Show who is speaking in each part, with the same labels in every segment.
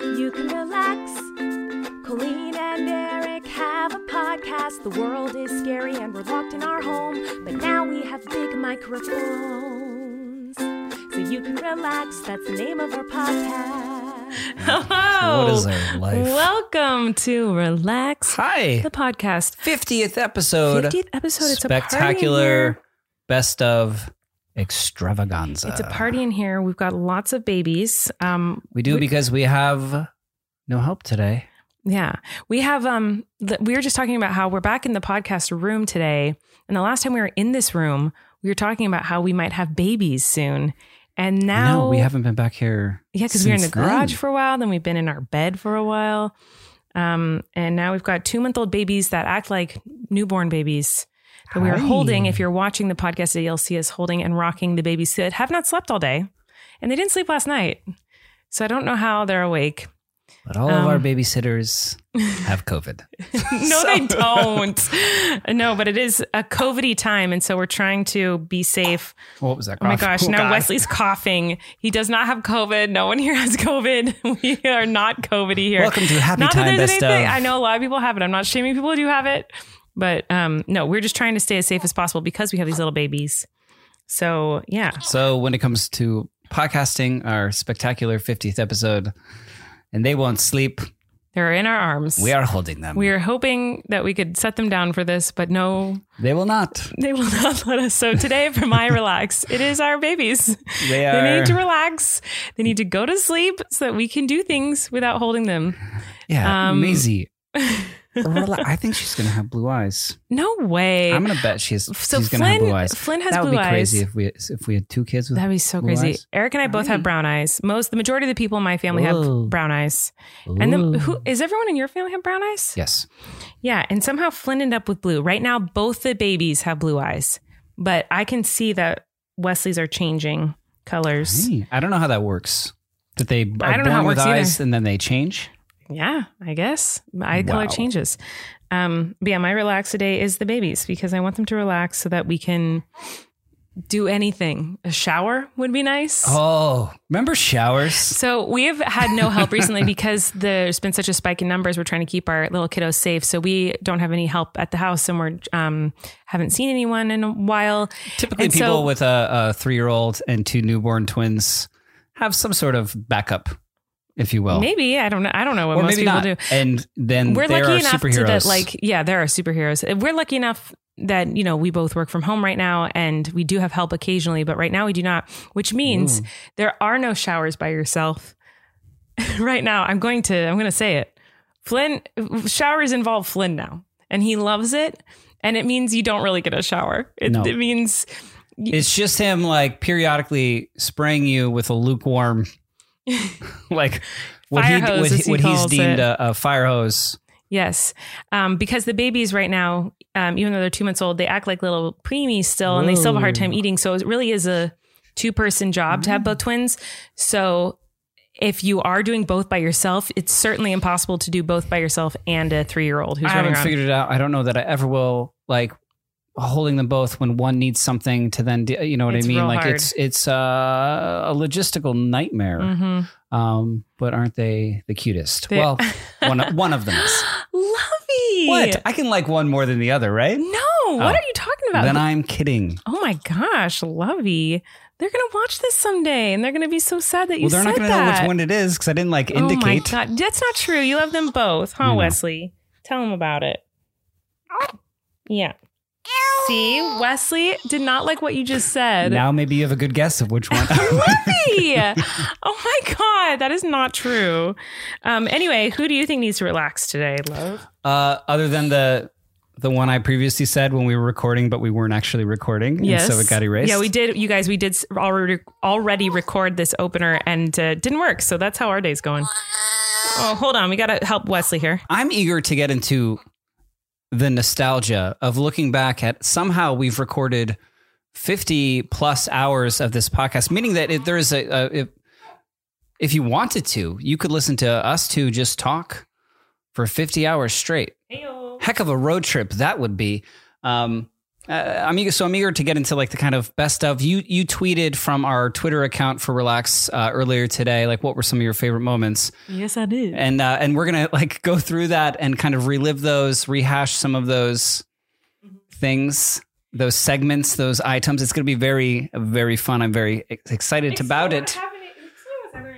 Speaker 1: you can relax. Colleen and Eric have a podcast. The world is scary and we're locked in our home, but now we have big microphones. So you can relax. That's the name of our podcast.
Speaker 2: Hello.
Speaker 3: What is our life?
Speaker 2: Oh, Welcome to Relax
Speaker 3: Hi.
Speaker 2: the podcast.
Speaker 3: 50th episode.
Speaker 2: 50th episode. It's a party in
Speaker 3: Spectacular
Speaker 2: here.
Speaker 3: best of extravaganza.
Speaker 2: It's a party in here. We've got lots of babies. Um,
Speaker 3: We do because we have no help today.
Speaker 2: yeah, we have. Um, th- we were just talking about how we're back in the podcast room today, and the last time we were in this room, we were talking about how we might have babies soon, and now
Speaker 3: no, we haven't been back here.
Speaker 2: Yeah, because we were in the
Speaker 3: since
Speaker 2: garage
Speaker 3: then.
Speaker 2: for a while, then we've been in our bed for a while. Um, and now we've got two month old babies that act like newborn babies that we are
Speaker 3: Hi.
Speaker 2: holding. If you're watching the podcast today, you'll see us holding and rocking the babies that have not slept all day. And they didn't sleep last night. So I don't know how they're awake.
Speaker 3: But all of
Speaker 2: Um,
Speaker 3: our babysitters have COVID.
Speaker 2: No, they don't. no, but it is a COVID time. And so we're trying to be safe.
Speaker 3: What was that?
Speaker 2: Oh my
Speaker 3: cough?
Speaker 2: gosh, now
Speaker 3: God.
Speaker 2: Wesley's coughing. He does not have COVID. No one here has COVID. We are not COVID here.
Speaker 3: Welcome to Happy
Speaker 2: not that
Speaker 3: Time
Speaker 2: there's
Speaker 3: Best
Speaker 2: anything.
Speaker 3: Of.
Speaker 2: I know a lot of people have it. I'm not shaming people who do have it, but um, no, we're just trying to stay as safe as possible because we have these little babies. So yeah,
Speaker 3: So when it comes to podcasting, our spectacular 50th episode, and they won't sleep,
Speaker 2: they're in our arms.
Speaker 3: we are holding them.
Speaker 2: We are hoping that we could set them down for this, but no,
Speaker 3: They will not.
Speaker 2: they will not let us. So today, for my relax, it is our babies.
Speaker 3: They
Speaker 2: They
Speaker 3: are.
Speaker 2: need to relax. They need to go to sleep so that we can do things without holding them.
Speaker 3: yeah,
Speaker 2: um,
Speaker 3: Maisie. Rela- I think she's gonna have blue eyes.
Speaker 2: No way.
Speaker 3: I'm gonna bet she's
Speaker 2: Eh, so
Speaker 3: she's gonna have
Speaker 2: Flynn-
Speaker 3: blue eyes.
Speaker 2: Flynn has
Speaker 3: that would
Speaker 2: blue
Speaker 3: be crazy
Speaker 2: eyes.
Speaker 3: if we if we had two kids with
Speaker 2: That'd be so
Speaker 3: blue
Speaker 2: crazy.
Speaker 3: eyes.
Speaker 2: Eric and I both have brown eyes. Most, the majority of the people in my family
Speaker 3: Ooh.
Speaker 2: have brown eyes. And then who is everyone in your family have brown eyes?
Speaker 3: Yes,
Speaker 2: Yeah, and somehow Flynn ended up with blue. Right now, both the babies have blue eyes, but I can see that Wesley's are changing colors.
Speaker 3: Hmm. I don't know how that works. That they are
Speaker 2: I don't know
Speaker 3: born
Speaker 2: how it
Speaker 3: with
Speaker 2: works either.
Speaker 3: eyes and then they change.
Speaker 2: Yeah, I guess eye color
Speaker 3: Wow.
Speaker 2: changes. Um, but yeah, my relax today is the babies because I want them to relax so that we can do anything. A shower would be nice.
Speaker 3: Oh, remember showers?
Speaker 2: So we have had no help recently because there's been such a spike in numbers. We're trying to keep our little kiddos safe, so we don't have any help at the house, and we're um, haven't seen anyone in a while.
Speaker 3: Typically,
Speaker 2: And so-
Speaker 3: people with a, a three-year-old and two newborn twins have some sort of backup, if you will,
Speaker 2: Maybe I don't know. I don't know what
Speaker 3: Oh. or
Speaker 2: most
Speaker 3: maybe
Speaker 2: people
Speaker 3: not.
Speaker 2: do.
Speaker 3: And then
Speaker 2: We're
Speaker 3: there
Speaker 2: lucky
Speaker 3: are
Speaker 2: enough
Speaker 3: superheroes.
Speaker 2: to that, like, yeah, there are superheroes. We're lucky enough that you know we both work from home right now, and we do have help occasionally, but right now we do not, which means
Speaker 3: Mm.
Speaker 2: there are no showers by yourself. right now, I'm going to I'm going to say it. Flynn showers involve Flynn now, and he loves it, and it means you don't really get a shower. It,
Speaker 3: No.
Speaker 2: it means
Speaker 3: It's just him like periodically spraying you with a lukewarm, like what
Speaker 2: Fire
Speaker 3: he
Speaker 2: hose,
Speaker 3: what,
Speaker 2: as he
Speaker 3: what he's
Speaker 2: calls
Speaker 3: deemed
Speaker 2: it.
Speaker 3: a, a fire hose.
Speaker 2: Yes, um, because the babies right now, um, even though they're two months old, they act like little preemies still, and they still have a hard
Speaker 3: Whoa. Mm.
Speaker 2: time eating. So it really is a two-person job to have both twins. So if you are doing both by yourself, it's certainly impossible to do both by yourself and a three-year-old who's
Speaker 3: I
Speaker 2: running
Speaker 3: haven't
Speaker 2: around.
Speaker 3: figured it out. I don't know that I ever will. Like holding them both when one needs something to then, de- you know what
Speaker 2: It's
Speaker 3: I mean?
Speaker 2: real
Speaker 3: Like
Speaker 2: hard.
Speaker 3: it's it's uh, a logistical nightmare.
Speaker 2: Mhm.
Speaker 3: Um, but aren't they the cutest?
Speaker 2: They-
Speaker 3: well, one of- one of them is.
Speaker 2: Lovey,
Speaker 3: What? I can like one more than the other, right?
Speaker 2: No, what are you talking about?
Speaker 3: Oh. Then I'm kidding.
Speaker 2: oh my gosh, Lovey, they're gonna watch this someday, and they're gonna be so sad that you
Speaker 3: Well, they're
Speaker 2: said
Speaker 3: not going to know
Speaker 2: that.
Speaker 3: which one it is because I didn't like indicate.
Speaker 2: Oh my god, that's not true. You love them both, huh,
Speaker 3: I know.
Speaker 2: Wesley? Tell them about it. Yeah. See, Wesley did not like what you just said.
Speaker 3: Now maybe you have a good guess of which one.
Speaker 2: Lovey! oh my god, that is not true. Um, anyway, who do you think needs to relax today, love?
Speaker 3: uh, other than the the one I previously said when we were recording, but we weren't actually recording, and so it got erased.
Speaker 2: Yeah, we did. You guys, we did s- already already record this opener and uh, didn't work. So that's how our day's going. Oh, hold on, we gotta help Wesley here.
Speaker 3: I'm eager to get into the nostalgia of looking back at somehow we've recorded 50 plus hours of this podcast, meaning that if there is a, a if, if you wanted to, you could listen to us two just talk for 50 hours straight. Heck of a road trip that would be. Um, uh, I'm eager, so I'm eager to get into like the kind of best of you. You tweeted from our Twitter account for Relax uh, earlier today, like what were some of your favorite moments,
Speaker 2: Yes, I did.
Speaker 3: and uh, and we're gonna like go through that and kind of relive those, rehash some of those things, those segments, those items. It's gonna be very very fun. I'm very ex- excited about it.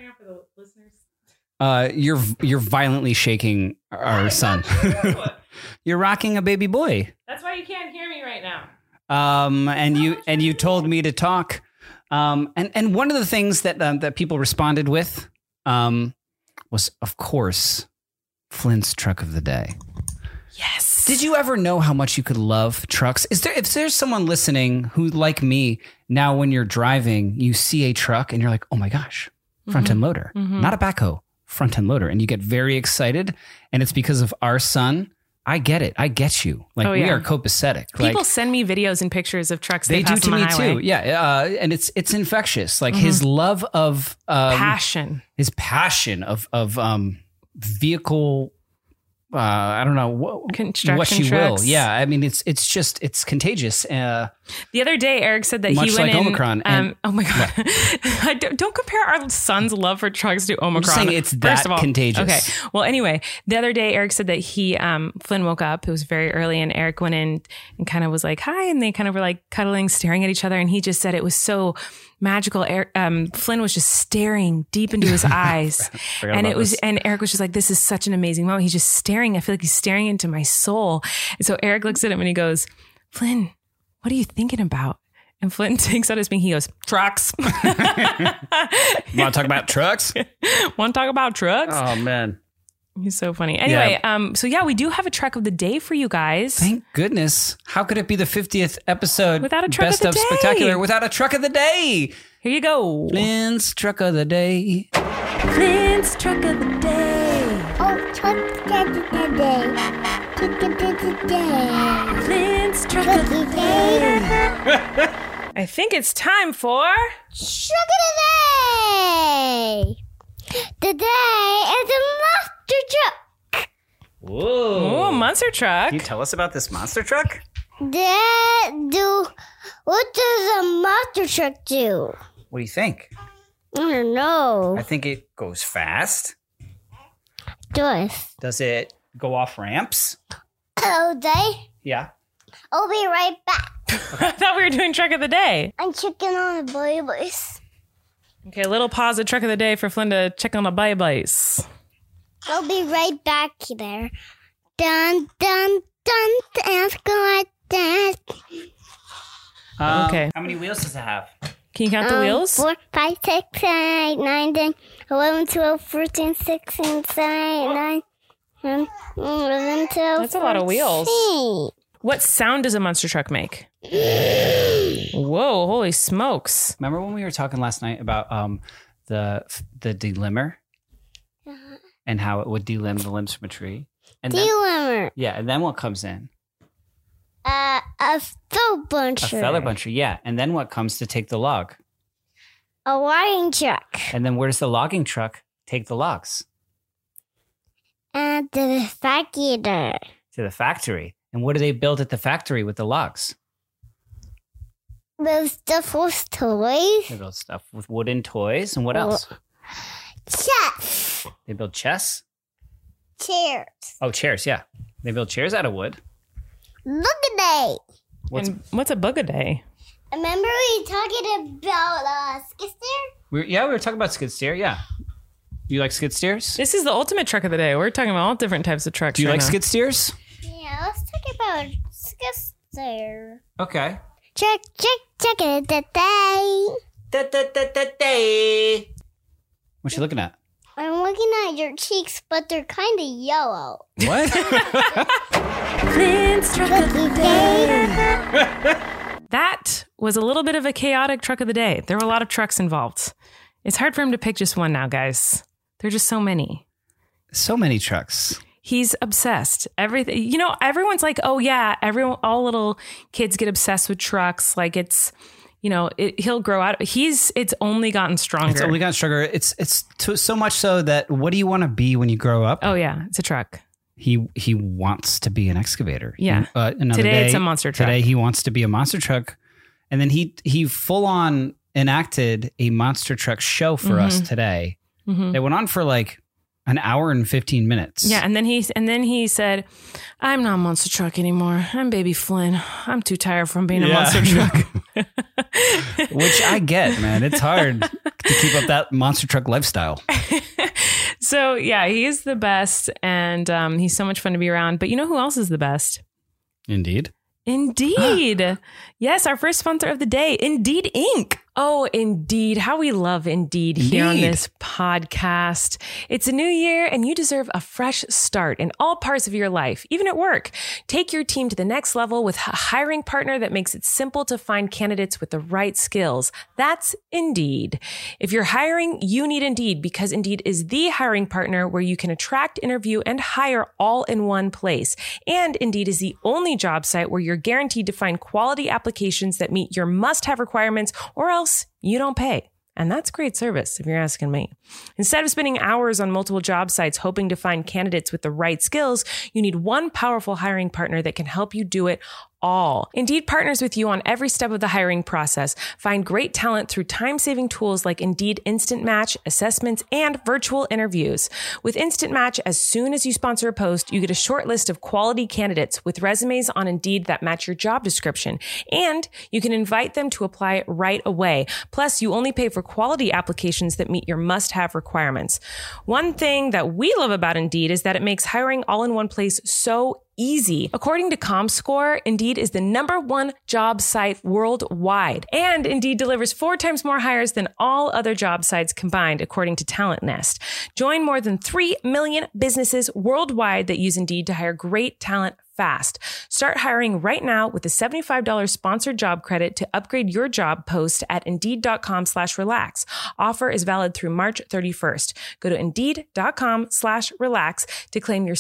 Speaker 3: Uh, you're you're violently shaking our son. you're rocking a baby boy.
Speaker 2: uh, That's why you can't hear me right now.
Speaker 3: um, and you and you told me to talk. Um, and and one of the things that um, that people responded with um, was, of course, Flynn's truck of the day.
Speaker 2: Yes.
Speaker 3: Did you ever know how much you could love trucks? Is there if there's someone listening who, like me, now when you're driving, you see a truck and you're like, oh my gosh, front end loader,
Speaker 2: Mhm.
Speaker 3: not a backhoe, front end loader, and you get very excited, and it's because of our son. I get it. I get you. Like
Speaker 2: Oh,
Speaker 3: we
Speaker 2: yeah.
Speaker 3: are copacetic. like,
Speaker 2: People send me videos and pictures of trucks they,
Speaker 3: they do
Speaker 2: pass
Speaker 3: to
Speaker 2: on
Speaker 3: me
Speaker 2: the highway. Mm-hmm.
Speaker 3: too. Yeah, uh, and it's it's infectious. Like his love of um,
Speaker 2: Passion.
Speaker 3: his passion of of um, vehicle. Uh, I don't know what
Speaker 2: Construction
Speaker 3: what you
Speaker 2: trucks.
Speaker 3: will. Yeah, I mean it's it's just it's contagious. Uh,
Speaker 2: The other day, Eric said that
Speaker 3: Much
Speaker 2: he went
Speaker 3: like
Speaker 2: in.
Speaker 3: Omicron, and-
Speaker 2: Um, oh my god! I don't, don't compare our son's love for trucks to Omicron.
Speaker 3: saying it's that
Speaker 2: First of all.
Speaker 3: contagious.
Speaker 2: Okay. Well, anyway, the other day, Eric said that he um, Flynn woke up. It was very early, and Eric went in and kind of was like, "Hi," and they kind of were like cuddling, staring at each other, and he just said it was so magical. Eric, um, Flynn was just staring deep into his eyes, and
Speaker 3: about
Speaker 2: it was
Speaker 3: this.
Speaker 2: and Eric was just like, "This is such an amazing moment." He's just staring. I feel like he's staring into my soul. And so Eric looks at him and he goes, "Flynn, what are you thinking about?" And Flynn takes out his thing. He goes, "Trucks."
Speaker 3: Want to talk about trucks?
Speaker 2: Want to talk about trucks?
Speaker 3: oh man!
Speaker 2: He's so funny. Anyway, um, so yeah, we do have a truck of the day for you guys.
Speaker 3: Thank goodness! How could it be the fiftieth episode
Speaker 2: Without a truck of
Speaker 3: best
Speaker 2: the
Speaker 3: of
Speaker 2: day?
Speaker 3: spectacular without a truck of the day?
Speaker 2: Here you go.
Speaker 3: Lynn's truck of the day.
Speaker 1: Clint's truck of the day.
Speaker 4: Oh, truck daddy daddy. Truck daddy daddy.
Speaker 1: Clint's truck of the
Speaker 4: Truck
Speaker 1: day.
Speaker 4: daddy.
Speaker 2: I think it's time for
Speaker 4: Truck daddy. Today is a monster truck.
Speaker 3: Whoa!
Speaker 2: oh monster truck.
Speaker 3: tell us about this monster truck?
Speaker 4: Dad, do what does a monster truck do?
Speaker 3: What do you think?
Speaker 4: I don't know.
Speaker 3: I think it goes fast.
Speaker 4: Does
Speaker 3: Does it go off ramps?
Speaker 4: hello, day.
Speaker 3: Yeah.
Speaker 4: I'll be right back.
Speaker 2: I thought we were doing truck of the day.
Speaker 4: I'm checking on the babies.
Speaker 2: Okay, a little pause. The truck of the day for Flynn to check on the bye byes.
Speaker 4: I'll be right back there. Dun dun dun. Dance, gonna dance.
Speaker 2: Okay.
Speaker 3: How many wheels does it have?
Speaker 2: Can you count the
Speaker 4: Um,
Speaker 2: wheels?
Speaker 4: 4, 5, 6, 7, 8, 9, 10, 11, 12, 13, 16, 17, 9, 10, 11, 12.
Speaker 2: That's a lot of wheels.
Speaker 4: 14.
Speaker 2: What sound does a monster truck make? Whoa! Holy smokes!
Speaker 3: Remember when we were talking last night about um the the delimmer and how it would delim the limbs from a tree? And then,
Speaker 4: Delimmer.
Speaker 3: yeah, and then what comes in?
Speaker 4: Uh, a fell
Speaker 3: A
Speaker 4: buncher.
Speaker 3: feller buncher, yeah. And then what comes to take the log?
Speaker 4: A wiring truck.
Speaker 3: And then where does the logging truck take the logs?
Speaker 4: And the vacuator.
Speaker 3: To the factory. And what do they build at the factory with the logs?
Speaker 4: Those duffels
Speaker 3: They
Speaker 4: toys.
Speaker 3: build stuff with wooden toys and what
Speaker 4: Well-
Speaker 3: else?
Speaker 4: Chess.
Speaker 3: They build chess.
Speaker 4: Chairs.
Speaker 3: Oh, chairs. Yeah, they build chairs out of wood.
Speaker 4: Look at that.
Speaker 3: What's
Speaker 2: and what's a bug a day?
Speaker 4: Remember we talking about uh, skis there?
Speaker 3: we yeah, we were talking about skid steer. Yeah, you like skid steers?
Speaker 2: This is the ultimate truck of the day. We're talking about all different types of trucks.
Speaker 3: Do you
Speaker 2: right
Speaker 3: like
Speaker 2: now.
Speaker 3: skid steers?
Speaker 4: Yeah, let's talk about skis there.
Speaker 3: Okay.
Speaker 4: Check, check, check it today.
Speaker 3: What you looking at?
Speaker 4: I'm looking at your cheeks, but they're kind of yellow.
Speaker 3: What?
Speaker 1: Clint's truck of the day.
Speaker 2: That was a little bit of a chaotic truck of the day. There were a lot of trucks involved. It's hard for him to pick just one now, guys. There are just so many.
Speaker 3: so many trucks.
Speaker 2: He's obsessed. Everything, you know, everyone's like, oh, yeah, everyone, all little kids get obsessed with trucks. Like it's, you know, it, he'll grow out. He's, it's only gotten stronger.
Speaker 3: It's only got sugar. It's it's to, so much so that what do you want to be when you grow up?
Speaker 2: oh, yeah, it's a truck.
Speaker 3: he he wants to be an excavator. He-
Speaker 2: Yeah.
Speaker 3: uh, another
Speaker 2: Today
Speaker 3: day,
Speaker 2: it's a monster truck.
Speaker 3: Today he wants to be a monster truck, and then he he full on enacted a monster truck show for
Speaker 2: Mm-hmm.
Speaker 3: us today.
Speaker 2: Mhm.
Speaker 3: It went on for like an hour and fifteen minutes.
Speaker 2: Yeah, and then he and then he said, "I'm not a monster truck anymore. I'm Baby Flynn. I'm too tired from being a
Speaker 3: Yeah.
Speaker 2: monster truck."
Speaker 3: which I get, man. It's hard to keep up that monster truck lifestyle.
Speaker 2: so yeah, he is the best, and um, he's so much fun to be around. But you know who else is the best?
Speaker 3: Indeed.
Speaker 2: Indeed. yes, our first sponsor of the day, Indeed Inc. Oh, Indeed. How we love Indeed, here on
Speaker 3: Indeed.
Speaker 2: this podcast. It's a new year and you deserve a fresh start in all parts of your life, even at work. Take your team to the next level with a hiring partner that makes it simple to find candidates with the right skills. That's Indeed. If you're hiring, you need Indeed because Indeed is the hiring partner where you can attract, interview, and hire all in one place. And Indeed is the only job site where you're guaranteed to find quality applications that meet your must have requirements or else you don't pay. And that's great service if you're asking me. Instead of spending hours on multiple job sites hoping to find candidates with the right skills, you need one powerful hiring partner that can help you do it all. Indeed partners with you on every step of the hiring process. Find great talent through time saving tools like Indeed Instant Match, assessments, and virtual interviews. With Instant Match, as soon as you sponsor a post, you get a short list of quality candidates with resumes on Indeed that match your job description. And you can invite them to apply right away. Plus, you only pay for quality applications that meet your must have requirements. One thing that we love about Indeed is that it makes hiring all in one place so easy. According to ComScore, Indeed is the number one job site worldwide. And Indeed delivers four times more hires than all other job sites combined, according to Talent Nest. Join more than 3 million businesses worldwide that use Indeed to hire great talent fast. Start hiring right now with a $75 sponsored job credit to upgrade your job post at indeed.com slash relax. Offer is valid through March 31st. Go to indeed.com slash relax to claim your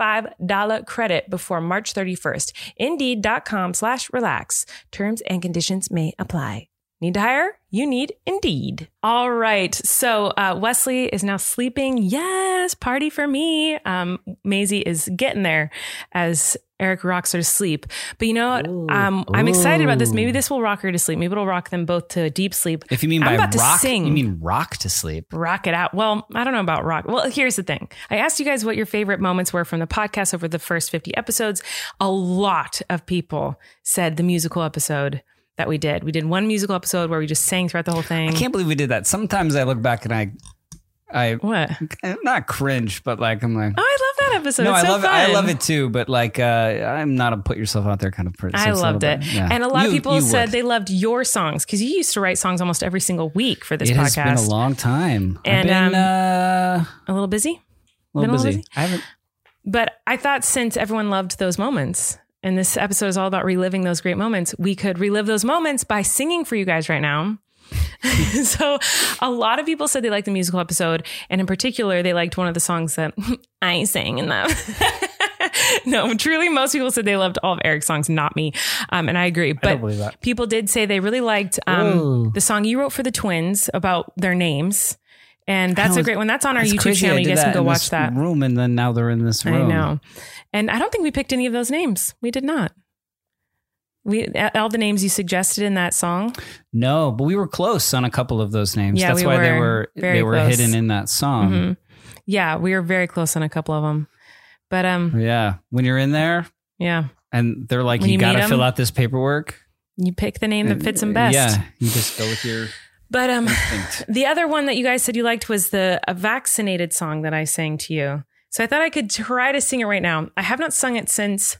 Speaker 2: $75 credit before March 31st. Indeed.com slash relax. Terms and conditions may apply. Need to hire? You need Indeed. All right. So uh, Wesley is now sleeping. Yes, party for me. Um, Maisie is getting there as Eric rocks her to sleep. But you know what? Um, I'm excited about this. Maybe this will rock her to sleep. Maybe it'll rock them both to deep sleep.
Speaker 3: If you mean
Speaker 2: I'm
Speaker 3: by
Speaker 2: about to
Speaker 3: rock,
Speaker 2: sing.
Speaker 3: you mean rock to sleep.
Speaker 2: Rock it out. Well, I don't know about rock. Well, here's the thing. I asked you guys what your favorite moments were from the podcast over the first 50 episodes. A lot of people said the musical episode that we did. We did one musical episode where we just sang throughout the whole thing.
Speaker 3: I can't believe we did that. Sometimes I look back and I, I eh,
Speaker 2: What?
Speaker 3: not cringe, but like I'm like,
Speaker 2: Oh, I love that episode.
Speaker 3: no,
Speaker 2: it's
Speaker 3: I
Speaker 2: so
Speaker 3: love
Speaker 2: fun.
Speaker 3: it. I love it too. But like, uh, I'm not a put yourself out there kind of person.
Speaker 2: I
Speaker 3: It's a
Speaker 2: loved
Speaker 3: little
Speaker 2: it.
Speaker 3: bit- yeah.
Speaker 2: And a lot of
Speaker 3: You-
Speaker 2: people
Speaker 3: you
Speaker 2: said
Speaker 3: would.
Speaker 2: they loved your songs because you used to write songs almost every single week for this
Speaker 3: it has
Speaker 2: podcast.
Speaker 3: been a long time.
Speaker 2: And,
Speaker 3: I've been,
Speaker 2: um,
Speaker 3: uh,
Speaker 2: A little busy.
Speaker 3: a little
Speaker 2: been a little
Speaker 3: busy.
Speaker 2: busy?
Speaker 3: I haven't.
Speaker 2: But I thought since everyone loved those moments, and this episode is all about reliving those great moments, we could relive those moments by singing for you guys right now. so, a lot of people said they liked the musical episode, and in particular, they liked one of the songs that I sang in them. no, truly, most people said they loved all of Eric's songs, not me, um, and I agree. But
Speaker 3: don't believe that.
Speaker 2: people did say they really liked um,
Speaker 3: Whoa.
Speaker 2: the song you wrote for the twins about their names, and that's a
Speaker 3: was-
Speaker 2: great one. That's on our
Speaker 3: It's
Speaker 2: YouTube
Speaker 3: crazy I
Speaker 2: channel. You
Speaker 3: did
Speaker 2: guys can
Speaker 3: that
Speaker 2: go
Speaker 3: in
Speaker 2: watch
Speaker 3: this
Speaker 2: that.
Speaker 3: room, and then now they're in this room.
Speaker 2: I know. And I don't think we picked any of those names. We did not. We all the names you suggested in that song.
Speaker 3: No, but we were close on a couple of those names.
Speaker 2: Yeah,
Speaker 3: That's
Speaker 2: we
Speaker 3: why they
Speaker 2: were
Speaker 3: were
Speaker 2: very
Speaker 3: they were
Speaker 2: close.
Speaker 3: hidden in that song.
Speaker 2: Mhm. Yeah, we were very close on a couple of them. But um
Speaker 3: Yeah, when you're in there
Speaker 2: yeah,
Speaker 3: and they're like,
Speaker 2: When
Speaker 3: you,
Speaker 2: you meet
Speaker 3: gotta
Speaker 2: 'em,
Speaker 3: fill out this paperwork. Uh,
Speaker 2: you pick the name that fits them best.
Speaker 3: Yeah, you just go with your
Speaker 2: But um
Speaker 3: instinct.
Speaker 2: the other one that you guys said you liked was the a vaccinated song that I sang to you. So I thought I could try to sing it right now. I have not sung it since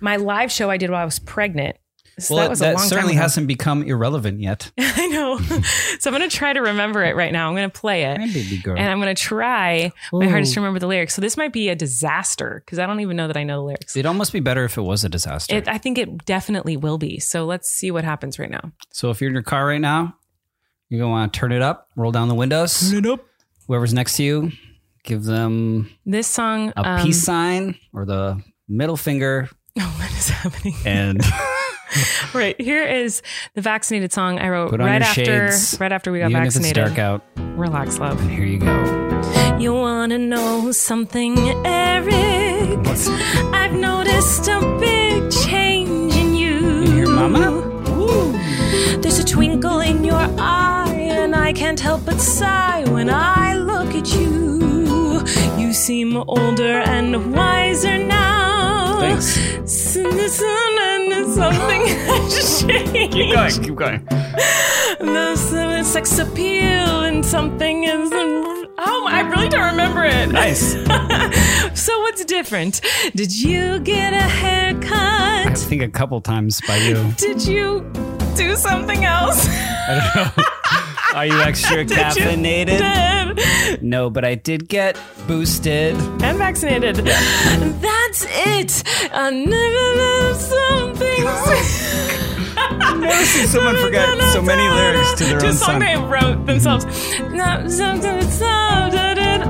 Speaker 2: my live show I did while I was pregnant. So
Speaker 3: well,
Speaker 2: that
Speaker 3: that,
Speaker 2: was a long
Speaker 3: certainly
Speaker 2: time ago.
Speaker 3: hasn't become irrelevant yet.
Speaker 2: I know. so I'm gonna try to remember it right now. I'm gonna play it.
Speaker 3: Baby girl.
Speaker 2: and I'm going to try my hardest to remember the lyrics. So this might be a disaster because I don't even know that I know the lyrics.
Speaker 3: It'd almost be better if it was a disaster.
Speaker 2: It, I think it definitely will be. So let's see what happens right now.
Speaker 3: so if you're in your car right now, you're gonna want to turn it up, roll down the windows.
Speaker 2: it up.
Speaker 3: Whoever's next to you, give them
Speaker 2: This song.
Speaker 3: a
Speaker 2: um,
Speaker 3: peace sign or the middle finger,
Speaker 2: what is happening?
Speaker 3: and
Speaker 2: right here is the vaccinated song I wrote
Speaker 3: Put on
Speaker 2: right
Speaker 3: your
Speaker 2: after
Speaker 3: shades,
Speaker 2: right after we got
Speaker 3: even
Speaker 2: vaccinated.
Speaker 3: if it's dark out,
Speaker 2: Relax, love.
Speaker 3: here you go.
Speaker 2: You wanna know something, Eric? sick. I've noticed a big change in you.
Speaker 3: Your mama?
Speaker 2: There's a twinkle in your eye, and I can't help but sigh when I look at you. You seem older and wiser now.
Speaker 3: Thanks.
Speaker 2: Something has changed.
Speaker 3: Keep going, keep going.
Speaker 2: There's uh, sex appeal and something is. Oh, I really don't remember it.
Speaker 3: Nice.
Speaker 2: so what's different? Did you get a haircut?
Speaker 3: I think a couple times by you.
Speaker 2: Did you do something else?
Speaker 3: I don't know. Are you extra caffeinated?
Speaker 2: Dead
Speaker 3: No, but I did get boosted.
Speaker 2: and vaccinated. That's it. I never know something.
Speaker 3: Never seen someone forget so many lyrics to their
Speaker 2: to
Speaker 3: own
Speaker 2: a song
Speaker 3: song.
Speaker 2: they wrote themselves.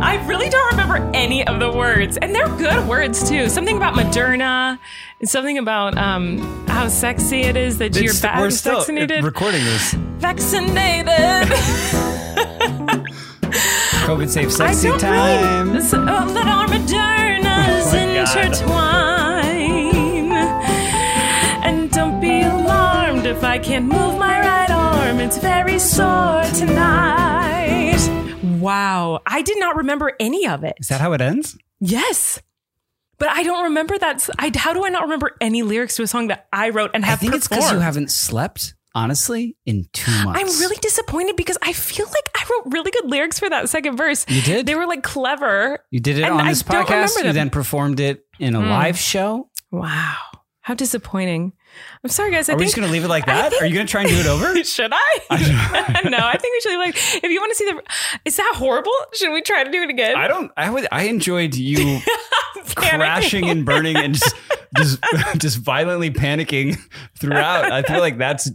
Speaker 2: I really don't remember any of the words, and they're good words too. Something about Moderna, and something about um, how sexy it is that your
Speaker 3: It's-
Speaker 2: back
Speaker 3: we're
Speaker 2: is
Speaker 3: still
Speaker 2: vaccinated.
Speaker 3: recording this.
Speaker 2: vaccinated.
Speaker 3: COVID safe
Speaker 2: I
Speaker 3: sexy
Speaker 2: don't
Speaker 3: time.
Speaker 2: really. So, uh, that our Modernas
Speaker 3: Oh my God.
Speaker 2: intertwine. And don't be alarmed if I can't move my right arm. It's very sore tonight. Wow. I did not remember any of it.
Speaker 3: Is that how it ends?
Speaker 2: Yes. But I don't remember that. s- I, how do I not remember any lyrics to a song that I wrote and
Speaker 3: I
Speaker 2: have
Speaker 3: think it's because you
Speaker 2: performed?
Speaker 3: haven't slept, honestly, in two months.
Speaker 2: I'm really disappointed because I feel like I wrote really good lyrics for that second verse.
Speaker 3: You did?
Speaker 2: They were like clever.
Speaker 3: You did it
Speaker 2: And
Speaker 3: on
Speaker 2: I
Speaker 3: this
Speaker 2: don't remember
Speaker 3: podcast. You
Speaker 2: them. Hmm.
Speaker 3: then performed it in a live show.
Speaker 2: Wow. How disappointing. I'm sorry, guys. I
Speaker 3: Are we
Speaker 2: think.
Speaker 3: just going to leave it like that?
Speaker 2: think-
Speaker 3: Are you going to try and do it over?
Speaker 2: should I? no, I think we should. Like, if you want to see the, is that horrible? Should we try to do it again?
Speaker 3: I don't. I would. I enjoyed you
Speaker 2: Panicking.
Speaker 3: crashing and burning and just just, just violently panicking throughout. I feel like that's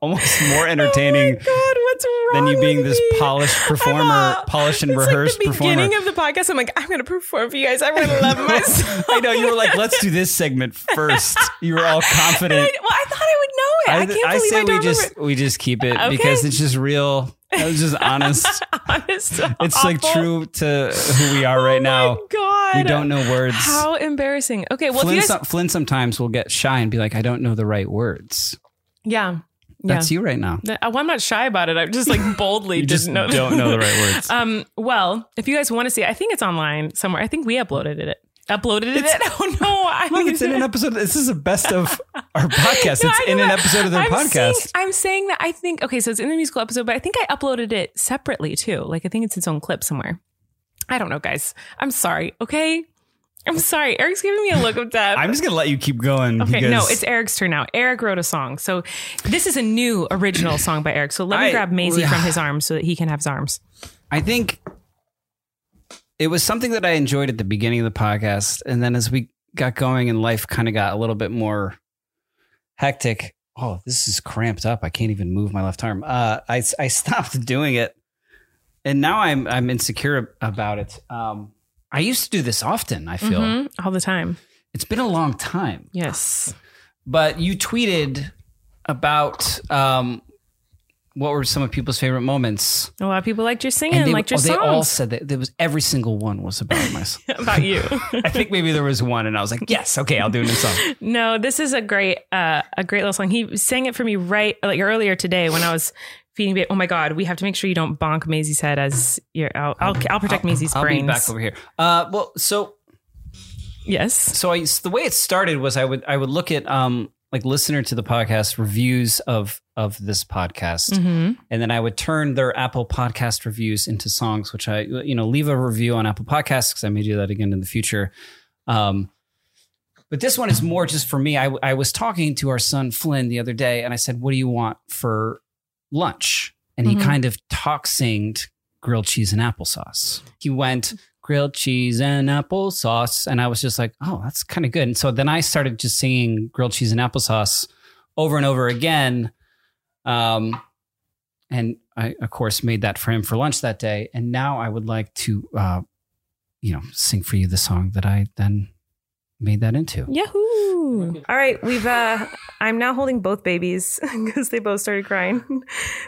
Speaker 3: almost more
Speaker 2: Oh my
Speaker 3: entertaining
Speaker 2: God, what's wrong?
Speaker 3: than you being
Speaker 2: with
Speaker 3: this
Speaker 2: me?
Speaker 3: polished performer,
Speaker 2: I'm, uh,
Speaker 3: polished and
Speaker 2: it's
Speaker 3: rehearsed
Speaker 2: like the
Speaker 3: performer.
Speaker 2: beginning of the podcast. I'm like, I'm gonna perform for you guys. I'm gonna love myself.
Speaker 3: I know you were like, let's do this segment first. You were all
Speaker 2: And I,
Speaker 3: confident.
Speaker 2: well, I thought I would know it. I, can't believe
Speaker 3: say
Speaker 2: I don't
Speaker 3: we just
Speaker 2: remember.
Speaker 3: we just keep it
Speaker 2: Okay.
Speaker 3: because it's just real. It's just honest.
Speaker 2: Honest,
Speaker 3: it's like
Speaker 2: awful. Oh
Speaker 3: true to who we are right now.
Speaker 2: My God,
Speaker 3: We don't know words.
Speaker 2: How embarrassing. Okay, well, if
Speaker 3: Flynn,
Speaker 2: you guys,
Speaker 3: some- Flynn sometimes will get shy and be like, I don't know the right words.
Speaker 2: yeah, yeah.
Speaker 3: That's you right now.
Speaker 2: That- well, I'm not shy about it. I'm just like boldly
Speaker 3: You just
Speaker 2: didn't know.
Speaker 3: don't know the right words.
Speaker 2: um, well, if you guys want to see, I think it's online somewhere. I think we uploaded it. Uploaded it. Oh no! I
Speaker 3: Look,
Speaker 2: need
Speaker 3: it's in an
Speaker 2: to-
Speaker 3: episode. This is the best of our podcast.
Speaker 2: No,
Speaker 3: it's
Speaker 2: I
Speaker 3: in
Speaker 2: know
Speaker 3: an
Speaker 2: that.
Speaker 3: episode of the
Speaker 2: I'm
Speaker 3: podcast.
Speaker 2: Saying, I'm saying that I think okay, so it's in the musical episode, but I think I uploaded it separately too. Like I think it's its own clip somewhere. I don't know, guys. I'm sorry. Okay, I'm sorry. Eric's giving me a look of death.
Speaker 3: I'm just gonna let you keep going.
Speaker 2: Okay,
Speaker 3: because
Speaker 2: no, it's Eric's turn now. Eric wrote a song. So this is a new original song by Eric. So let me
Speaker 3: I-
Speaker 2: grab Maisie from his arms so that he can have his arms.
Speaker 3: I think it was something that I enjoyed at the beginning of the podcast, and then as we got going and life kind of got a little bit more hectic. Oh, this is cramped up. I can't even move my left arm. Uh, I I stopped doing it, and now I'm I'm insecure about it. Um, I used to do this often. I feel
Speaker 2: Mhm, All the time.
Speaker 3: it's been a long time.
Speaker 2: Yes.
Speaker 3: but you tweeted about um, what were some of people's favorite moments,
Speaker 2: A lot of people liked your singing,
Speaker 3: they,
Speaker 2: liked your
Speaker 3: oh, they all
Speaker 2: songs.
Speaker 3: said that there was every single one was about myself.
Speaker 2: about you.
Speaker 3: I think maybe there was one, and I was like, "Yes, okay, I'll do a new song."
Speaker 2: no, this is a great uh a great little song. He sang it for me right like earlier today when I was feeding ba- Oh my god, we have to make sure you don't bonk Maisie's head as you're out. I'll, I'll protect Maisie's
Speaker 3: I'll
Speaker 2: brains.
Speaker 3: be back over here. Uh, well, so
Speaker 2: Yes.
Speaker 3: so I the way it started was I would I would look at um like listener to the podcast reviews of of this podcast,
Speaker 2: Mhm.
Speaker 3: and then I would turn their Apple Podcast reviews into songs, which I you know leave a review on Apple Podcasts because I may do that again in the future. Um, but this one is more just for me. I I was talking to our son Flynn the other day, and I said, "What do you want for lunch?" And he
Speaker 2: Mhm.
Speaker 3: kind of talk singed grilled cheese and applesauce. He went grilled cheese and applesauce, and I was just like, "Oh, that's kind of good." And so then I started just singing grilled cheese and applesauce over and over again. Um, and I, of course, made that for him for lunch that day. And now I would like to, uh, you know, sing for you the song that I then made that into.
Speaker 2: Yahoo! All right, we've. Uh, I'm now holding both babies because they both started crying.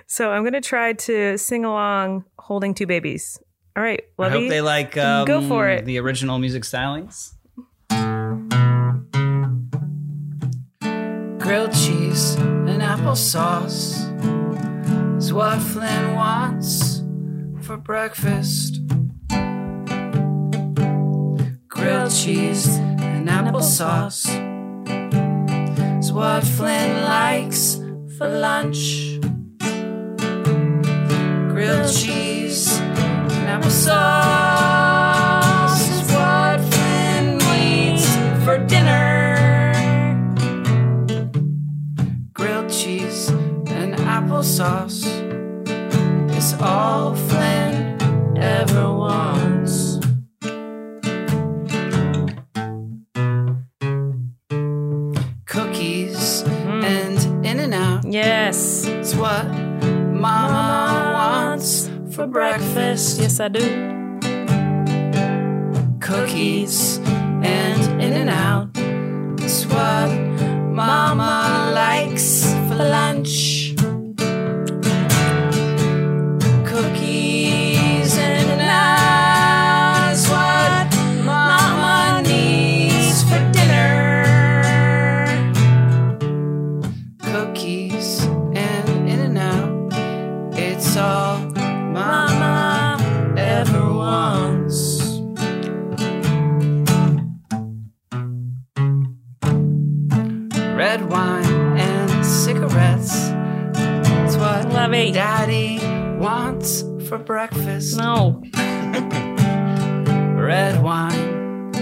Speaker 2: So I'm gonna try to sing along holding two babies. All right,
Speaker 3: I
Speaker 2: Lovey.
Speaker 3: hope they like um,
Speaker 2: Go for it.
Speaker 3: the original music stylings.
Speaker 5: grilled cheese and applesauce is what Flynn wants for breakfast. Grilled cheese and applesauce is what Flynn likes for lunch. Grilled cheese and applesauce is what Flynn needs for dinner grilled cheese and applesauce is all Flynn ever wants. Cookies and In and Out
Speaker 2: Yes.
Speaker 5: is what Mama wants for breakfast.
Speaker 2: Yes, I do.
Speaker 5: cookies and in and out it's what mama likes for lunch cookies and in and out is what mama needs for dinner cookies and in and out it's all mama ever wants red wine and cigarettes. It's what
Speaker 2: Love it.
Speaker 5: daddy wants for breakfast.
Speaker 2: No.
Speaker 5: Red wine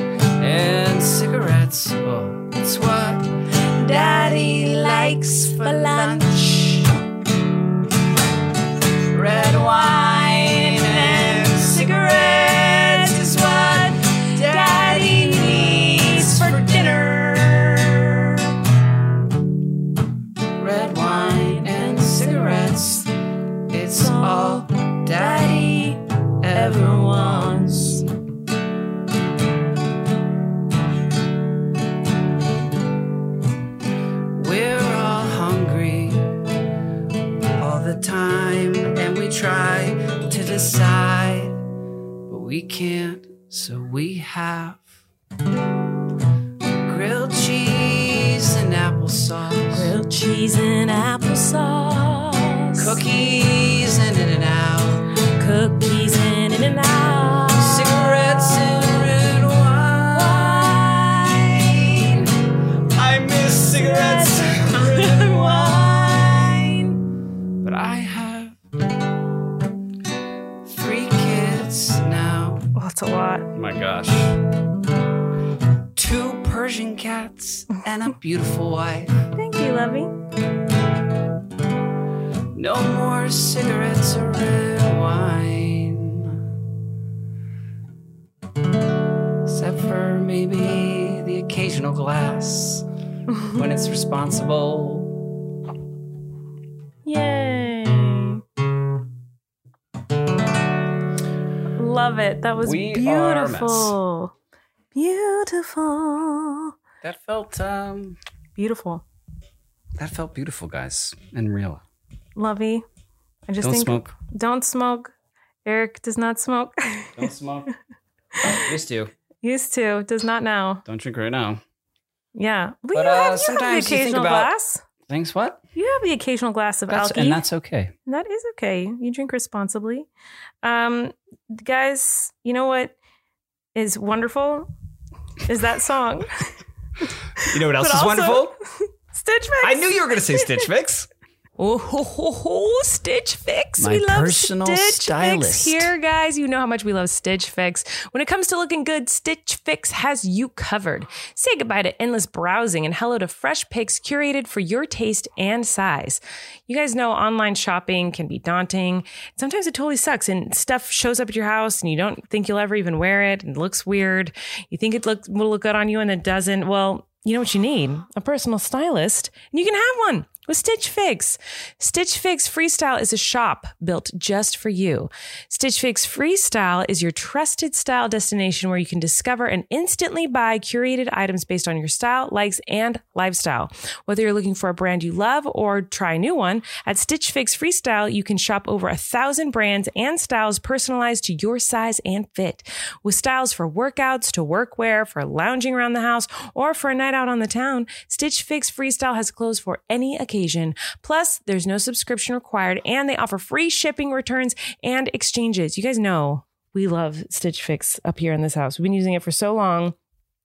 Speaker 5: and cigarettes. Oh, it's what daddy likes for lunch. Red wine and cigarettes is what daddy needs for dinner. Red wine and cigarettes. It's all daddy ever wants. We're all hungry all the time, and we try to decide, but we can't, so we have grilled cheese and applesauce.
Speaker 2: Grilled cheese and applesauce.
Speaker 5: Cookies and in and out.
Speaker 2: Cookies and in and out.
Speaker 5: Cigarettes and red wine. I miss cigarettes and red wine. But I have three kids now.
Speaker 2: Oh, that's a lot.
Speaker 5: my gosh. Two Persian cats and a beautiful wife.
Speaker 2: Thank you, Lovey.
Speaker 5: No more cigarettes or red wine. Except for maybe the occasional glass when it's responsible.
Speaker 2: Yay. Love it. That was
Speaker 5: We are a mess.
Speaker 2: beautiful. Beautiful.
Speaker 5: That felt um
Speaker 2: Beautiful.
Speaker 5: that felt beautiful, guys, and real.
Speaker 2: Lovey. I just
Speaker 5: Don't
Speaker 2: think
Speaker 5: smoke.
Speaker 2: don't smoke. Eric does not smoke.
Speaker 5: Don't smoke. Used to.
Speaker 2: Used to, does not now.
Speaker 5: Don't drink right now.
Speaker 2: Yeah. But,
Speaker 5: But,
Speaker 2: you,
Speaker 5: uh,
Speaker 2: have, you have
Speaker 5: sometimes
Speaker 2: the
Speaker 5: you think
Speaker 2: occasional
Speaker 5: about-
Speaker 2: glass.
Speaker 5: Thanks what?
Speaker 2: You have the occasional glass of
Speaker 5: That's,
Speaker 2: alky.
Speaker 5: and that's okay.
Speaker 2: And That is okay. You drink responsibly. Um, guys, you know what is wonderful? Is that song.
Speaker 3: You know what else
Speaker 2: But
Speaker 3: is
Speaker 2: also-
Speaker 3: wonderful?
Speaker 2: Stitch Fix.
Speaker 3: I knew you were going to say Stitch Fix.
Speaker 2: Oh, ho, ho, ho, Oh, Stitch Fix.
Speaker 5: My
Speaker 2: we love
Speaker 5: personal
Speaker 2: Stitch Fix
Speaker 5: stylist.
Speaker 2: here, guys. You know how much we love Stitch Fix. When it comes to looking good, Stitch Fix has you covered. Say goodbye to endless browsing and hello to fresh picks curated for your taste and size. You guys know online shopping can be daunting. Sometimes it totally sucks and stuff shows up at your house and you don't think you'll ever even wear it and it looks weird. You think it look, will look good on you and it doesn't. Well, you know what you need? A personal stylist. And you can have one with Stitch Fix. Stitch Fix Freestyle is a shop built just for you. Stitch Fix Freestyle is your trusted style destination where you can discover and instantly buy curated items based on your style, likes, and lifestyle. Whether you're looking for a brand you love or try a new one, at Stitch Fix Freestyle, you can shop over a thousand brands and styles personalized to your size and fit. With styles for workouts to workwear, for lounging around the house, or for a night out on the town, Stitch Fix Freestyle has clothes for any occasion. Plus, there's no subscription required and they offer free shipping, returns, and exchanges. You guys know we love Stitch Fix up here in this house. We've been using it for so long.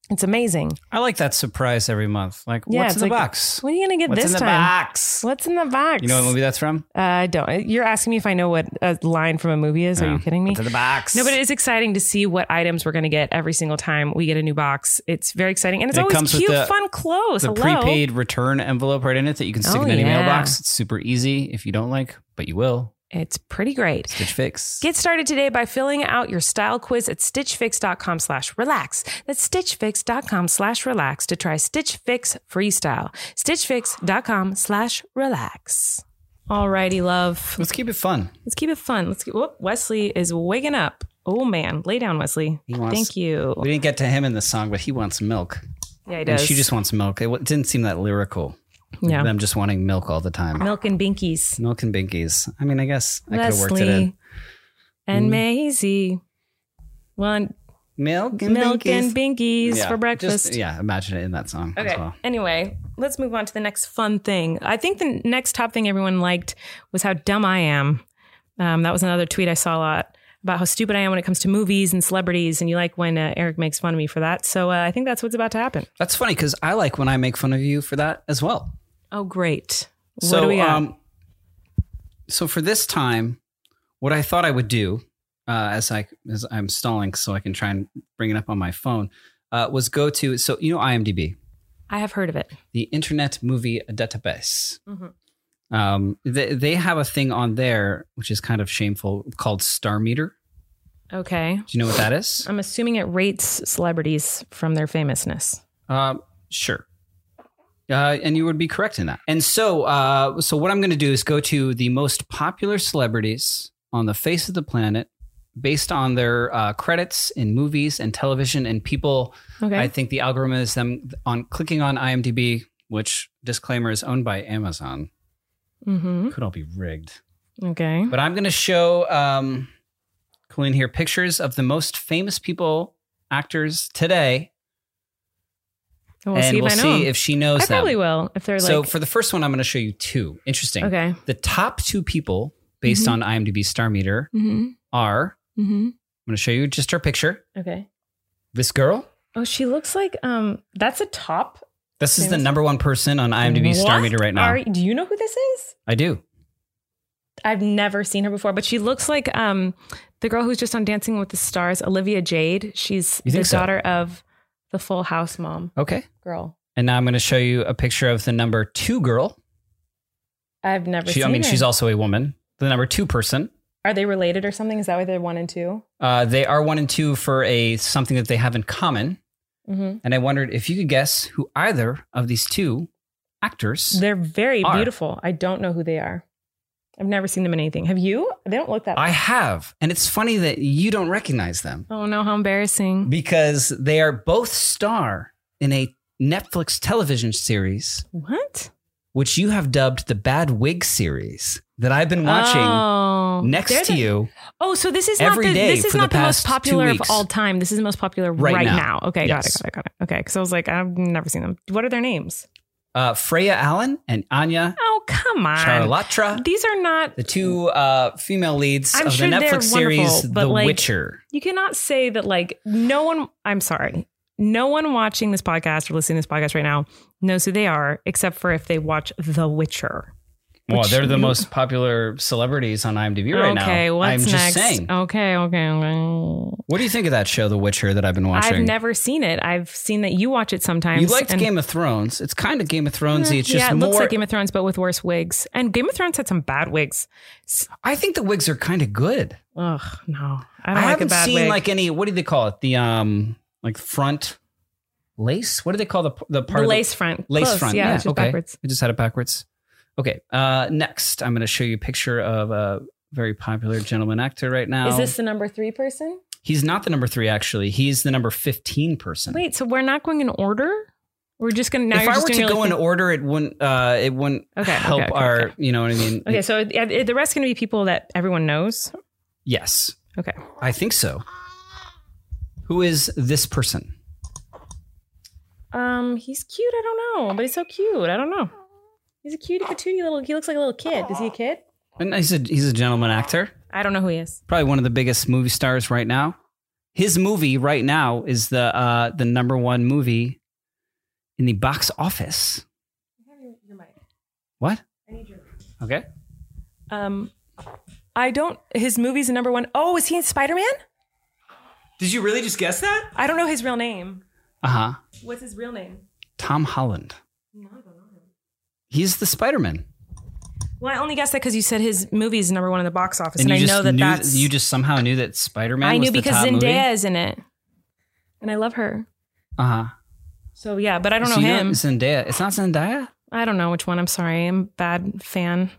Speaker 2: It's amazing.
Speaker 3: I like that surprise every month. Like,
Speaker 2: Yeah,
Speaker 3: what's
Speaker 2: it's
Speaker 3: in the
Speaker 2: like,
Speaker 3: box?
Speaker 2: What are you going to get
Speaker 3: What's
Speaker 2: this
Speaker 3: in the
Speaker 2: time?
Speaker 3: box?
Speaker 2: What's in the box?
Speaker 3: You know what movie that's from?
Speaker 2: Uh, I don't. You're asking me if I know what a line from a movie is. Are you kidding me?
Speaker 3: What's in the box?
Speaker 2: No, but it is exciting to see what items we're going to get every single time we get a new box. It's very exciting, and it's
Speaker 3: It
Speaker 2: always
Speaker 3: comes with
Speaker 2: cute,
Speaker 3: the-
Speaker 2: fun clothes.
Speaker 3: the
Speaker 2: Hello.
Speaker 3: prepaid return envelope right in it that you can stick
Speaker 2: Oh,
Speaker 3: in any
Speaker 2: yeah.
Speaker 3: mailbox. It's super easy if you don't like, but you will.
Speaker 2: It's pretty great.
Speaker 3: Stitch Fix.
Speaker 2: Get started today by filling out your style quiz at stitchfix.com slash relax. That's stitchfix.com slash relax to try Stitch Fix Freestyle. Stitchfix.com slash relax. Alrighty, love.
Speaker 3: Let's keep it fun.
Speaker 2: Let's keep it fun. Let's get, whoop, Wesley is waking up. Oh man, lay down, Wesley.
Speaker 3: He wants-
Speaker 2: Thank you.
Speaker 3: We didn't get to him in the song, but he wants milk.
Speaker 2: Yeah, he
Speaker 3: And
Speaker 2: does.
Speaker 3: she just wants milk. It w- didn't seem that lyrical.
Speaker 2: Yeah.
Speaker 3: Them just wanting milk all the time. Milk,
Speaker 2: milk and binkies.
Speaker 3: and binkies. I mean, I guess I could have worked it in. Mm-hmm.
Speaker 2: Leslie and Maisie want
Speaker 3: Milk and
Speaker 2: milk
Speaker 3: binkies.
Speaker 2: and binkies
Speaker 3: Yeah,
Speaker 2: for breakfast.
Speaker 3: Just, yeah, imagine it in that song as
Speaker 2: Okay.
Speaker 3: well.
Speaker 2: Anyway, let's move on to the next fun thing. I think the next top thing everyone liked was how dumb I am. Um, that was another tweet I saw a lot about how stupid I am when it comes to movies and celebrities. And you like when uh, Eric makes fun of me for that. So uh, I think that's what's about to happen.
Speaker 3: That's funny because I like when I make fun of you for that as well.
Speaker 2: Oh, great. What
Speaker 3: So,
Speaker 2: do we got?
Speaker 3: um, so for this time, what I thought I would do, uh, as I as I'm stalling, so I can try and bring it up on my phone, uh, was go to so you know IMDb,
Speaker 2: I have heard of it.
Speaker 3: the Internet Movie Database.
Speaker 2: Mhm.
Speaker 3: Um, they they have a thing on there which is kind of shameful called Star Meter.
Speaker 2: Okay.
Speaker 3: Do you know what that is?
Speaker 2: I'm assuming it rates celebrities from their famousness.
Speaker 3: Um, sure. Uh, and you would be correct in that. And so, uh, so what I'm going to do is go to the most popular celebrities on the face of the planet based on their uh, credits in movies and television and people.
Speaker 2: Okay.
Speaker 3: I think the algorithm is them on clicking on IMDb, which disclaimer is owned by Amazon.
Speaker 2: mm-hmm.
Speaker 3: Could all be rigged.
Speaker 2: Okay.
Speaker 3: But I'm going to show um, Colleen here pictures of the most famous people, actors today,
Speaker 2: We'll
Speaker 3: and
Speaker 2: see if
Speaker 3: we'll
Speaker 2: I know.
Speaker 3: see
Speaker 2: 'em.
Speaker 3: if she knows
Speaker 2: I
Speaker 3: them.
Speaker 2: probably will if they're
Speaker 3: so
Speaker 2: like.
Speaker 3: for the first one, I'm going to show you two. Interesting.
Speaker 2: okay.
Speaker 3: The top two people based on IMDb Star Meter
Speaker 2: Mm-hmm.
Speaker 3: are.
Speaker 2: Mm-hmm.
Speaker 3: I'm going to show you just her picture.
Speaker 2: Okay.
Speaker 3: This girl.
Speaker 2: Oh, she looks like um. That's a top.
Speaker 3: This is the
Speaker 2: Famous-
Speaker 3: number one person on IMDb Star
Speaker 2: What
Speaker 3: Meter right now.
Speaker 2: are- do you know who this is?
Speaker 3: I do.
Speaker 2: I've never seen her before, but she looks like um the girl who's just on Dancing with the Stars, Olivia Jade. She's
Speaker 3: You
Speaker 2: the
Speaker 3: think so?
Speaker 2: daughter of the Full House mom
Speaker 3: Okay.
Speaker 2: girl.
Speaker 3: And now I'm going to show you a picture of the number two girl.
Speaker 2: I've never.
Speaker 3: She,
Speaker 2: seen
Speaker 3: I mean,
Speaker 2: her.
Speaker 3: she's also a woman. The number two person.
Speaker 2: Are they related or something? Is that why they're one and 2
Speaker 3: Uh, they are one and two for a something that they have in common.
Speaker 2: Mm-hmm.
Speaker 3: And I wondered if you could guess who either of these two actors.
Speaker 2: They're very
Speaker 3: Are.
Speaker 2: beautiful. I don't know who they are. I've never seen them in anything. Have you? They don't look that.
Speaker 3: I have. And it's funny that you don't recognize them.
Speaker 2: oh no! How embarrassing.
Speaker 3: because they are both star in a Netflix television series,
Speaker 2: What?
Speaker 3: which you have dubbed the Bad Wig series that I've been watching
Speaker 2: oh,
Speaker 3: next
Speaker 2: They're
Speaker 3: to
Speaker 2: the-
Speaker 3: you.
Speaker 2: Oh, so this is
Speaker 3: every
Speaker 2: not the,
Speaker 3: day
Speaker 2: this is
Speaker 3: for the
Speaker 2: not the, most
Speaker 3: past two
Speaker 2: popular of
Speaker 3: weeks.
Speaker 2: all time. This is the most popular
Speaker 3: Right
Speaker 2: right,
Speaker 3: now.
Speaker 2: now. Okay,
Speaker 3: Yes.
Speaker 2: got it, got it, got it. Okay, because I was like, I've never seen them. What are their names?
Speaker 3: Uh, Freya Allen and Anya
Speaker 2: Oh, come on.
Speaker 3: Charlatra,
Speaker 2: These are not.
Speaker 3: the two uh, female leads
Speaker 2: I'm
Speaker 3: of
Speaker 2: sure
Speaker 3: the
Speaker 2: they're
Speaker 3: Netflix series
Speaker 2: wonderful, but,
Speaker 3: The
Speaker 2: like-
Speaker 3: Witcher.
Speaker 2: You cannot say that like no one. I'm sorry. No one watching this podcast or listening to this podcast right now knows who they are, except for if they watch The Witcher.
Speaker 3: Well,
Speaker 2: Which-
Speaker 3: they're the most popular celebrities on IMDb right
Speaker 2: okay,
Speaker 3: now.
Speaker 2: what's next? Oh.
Speaker 3: I'm just saying.
Speaker 2: Okay, okay, okay.
Speaker 3: What do you think of that show, The Witcher, that I've been watching?
Speaker 2: I've never seen it. I've seen that you watch it sometimes.
Speaker 3: you liked
Speaker 2: and- Mm,
Speaker 3: Game of Thrones. It's kind of Game of Thrones. It's just
Speaker 2: yeah, it
Speaker 3: more.
Speaker 2: looks like Game of Thrones, but with worse wigs. And Game of Thrones had some bad wigs.
Speaker 3: I think the wigs are kind of good.
Speaker 2: Ugh, no, I
Speaker 3: I,
Speaker 2: don't like a
Speaker 3: haven't
Speaker 2: bad
Speaker 3: seen
Speaker 2: wig.
Speaker 3: like any. What do they call it? The um, like front lace. What do they call the the part?
Speaker 2: the
Speaker 3: of
Speaker 2: lace front,
Speaker 3: lace
Speaker 2: Close,
Speaker 3: front.
Speaker 2: Yeah,
Speaker 3: Yeah,
Speaker 2: it's just
Speaker 3: okay.
Speaker 2: backwards.
Speaker 3: I just had it backwards. Okay. Uh, next, I'm going to show you a picture of a very popular gentleman actor right now.
Speaker 2: Is this the number three person?
Speaker 3: He's not the number three, actually. He's the number 15 person.
Speaker 2: Wait, so we're not going in order? We're just going to now.
Speaker 3: if
Speaker 2: you're
Speaker 3: I
Speaker 2: just
Speaker 3: were to
Speaker 2: doing
Speaker 3: go
Speaker 2: like
Speaker 3: in order, it wouldn't. Uh, it wouldn't
Speaker 2: Okay, okay,
Speaker 3: help
Speaker 2: okay,
Speaker 3: our.
Speaker 2: okay.
Speaker 3: You know what I mean?
Speaker 2: Okay, so are- are the rest going to be people that everyone knows.
Speaker 3: yes,
Speaker 2: Okay,
Speaker 3: I think so. Who is this person?
Speaker 2: um, he's cute. I don't know, but he's so cute. I don't know. He's a cutie patootie little. He looks like a little kid. Is he a kid?
Speaker 3: And he's a he's a gentleman actor.
Speaker 2: I don't know who he is.
Speaker 3: Probably one of the biggest movie stars right now. His movie right now is the uh, the number one movie in the box office. What? Okay.
Speaker 2: Um, I don't. His movie's the number one. Oh, is he in Spider Man?
Speaker 6: Did you really just guess that?
Speaker 2: I don't know his real name.
Speaker 3: Uh huh.
Speaker 2: What's his real name?
Speaker 3: Tom Holland. He's the Spider Man.
Speaker 2: Well, I only guessed that because you said his movie is number one in the box office,
Speaker 3: And
Speaker 2: and,
Speaker 3: you
Speaker 2: I
Speaker 3: just
Speaker 2: know that
Speaker 3: knew,
Speaker 2: that's
Speaker 3: you just somehow knew that Spider Man.
Speaker 2: I
Speaker 3: was
Speaker 2: knew
Speaker 3: the
Speaker 2: because
Speaker 3: top
Speaker 2: Zendaya is in it, and I love her.
Speaker 3: Uh huh.
Speaker 2: So yeah, but I don't
Speaker 3: So
Speaker 2: know
Speaker 3: you
Speaker 2: him.
Speaker 3: Zendaya. It's not Zendaya.
Speaker 2: I don't know which one. I'm sorry. I'm a bad fan.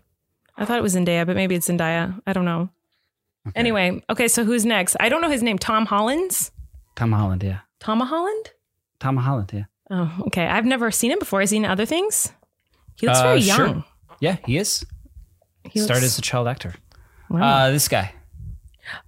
Speaker 2: I thought it was Zendaya, but maybe it's Zendaya. I don't know. Anyway, okay, so who's next? I don't know his name. Tom Hollins?
Speaker 3: Tom Holland. Yeah.
Speaker 2: Tom Holland?
Speaker 3: Tom Holland. Yeah.
Speaker 2: Oh, okay. I've never seen him before. I've seen other things. He looks
Speaker 3: Uh,
Speaker 2: very
Speaker 3: sure.
Speaker 2: young.
Speaker 3: Yeah. He is.
Speaker 2: He
Speaker 3: Started
Speaker 2: looks-
Speaker 3: as a child actor.
Speaker 2: Wow.
Speaker 3: Uh, this guy.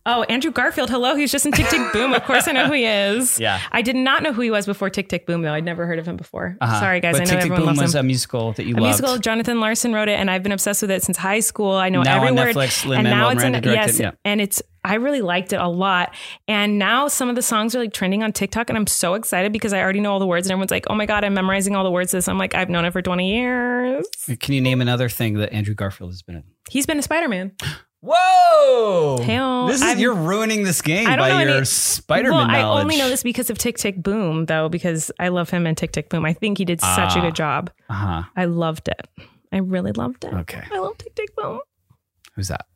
Speaker 2: oh, Andrew Garfield. Hello. He's just in Tick Tick Boom. Of course I know who he is.
Speaker 3: Yeah.
Speaker 2: I did not know who he was before Tick Tick Boom, though. I'd never heard of him before.
Speaker 3: Uh-huh.
Speaker 2: Sorry, guys.
Speaker 3: But
Speaker 2: I know
Speaker 3: Tick, Tick,
Speaker 2: everyone
Speaker 3: Boom
Speaker 2: loves
Speaker 3: was
Speaker 2: him.
Speaker 3: a musical that
Speaker 2: a
Speaker 3: you loved.
Speaker 2: musical. Jonathan Larson wrote it, and I've been obsessed with it since high school. I know
Speaker 3: Now
Speaker 2: every
Speaker 3: on
Speaker 2: word.
Speaker 3: Netflix,
Speaker 2: and
Speaker 3: Lin-Manuel
Speaker 2: now it's in
Speaker 3: Miranda directed
Speaker 2: yes,
Speaker 3: it, yeah.
Speaker 2: and it's I really liked it a lot. And now some of the songs are like trending on TikTok, and I'm so excited because I already know all the words, and everyone's like, "Oh my god, I'm memorizing all the words." to This I'm like, I've known it for 20 years.
Speaker 3: Can you name another thing that Andrew Garfield has been in?
Speaker 2: He's been a Spider Man.
Speaker 3: Whoa!
Speaker 2: Hell,
Speaker 3: this is
Speaker 2: oh, I'm-
Speaker 3: you're ruining this game
Speaker 2: I don't know
Speaker 3: by
Speaker 2: any-
Speaker 3: your Spider-Man
Speaker 2: Well,
Speaker 3: knowledge.
Speaker 2: I only know this because of Tick Tick Boom, though, because I love him and Tick Tick Boom. I think he did such a
Speaker 3: Ah.
Speaker 2: good job.
Speaker 3: Uh
Speaker 2: I loved it. I really loved it.
Speaker 3: huh. Okay.
Speaker 2: I love Tick Tick Boom.
Speaker 3: Who's that?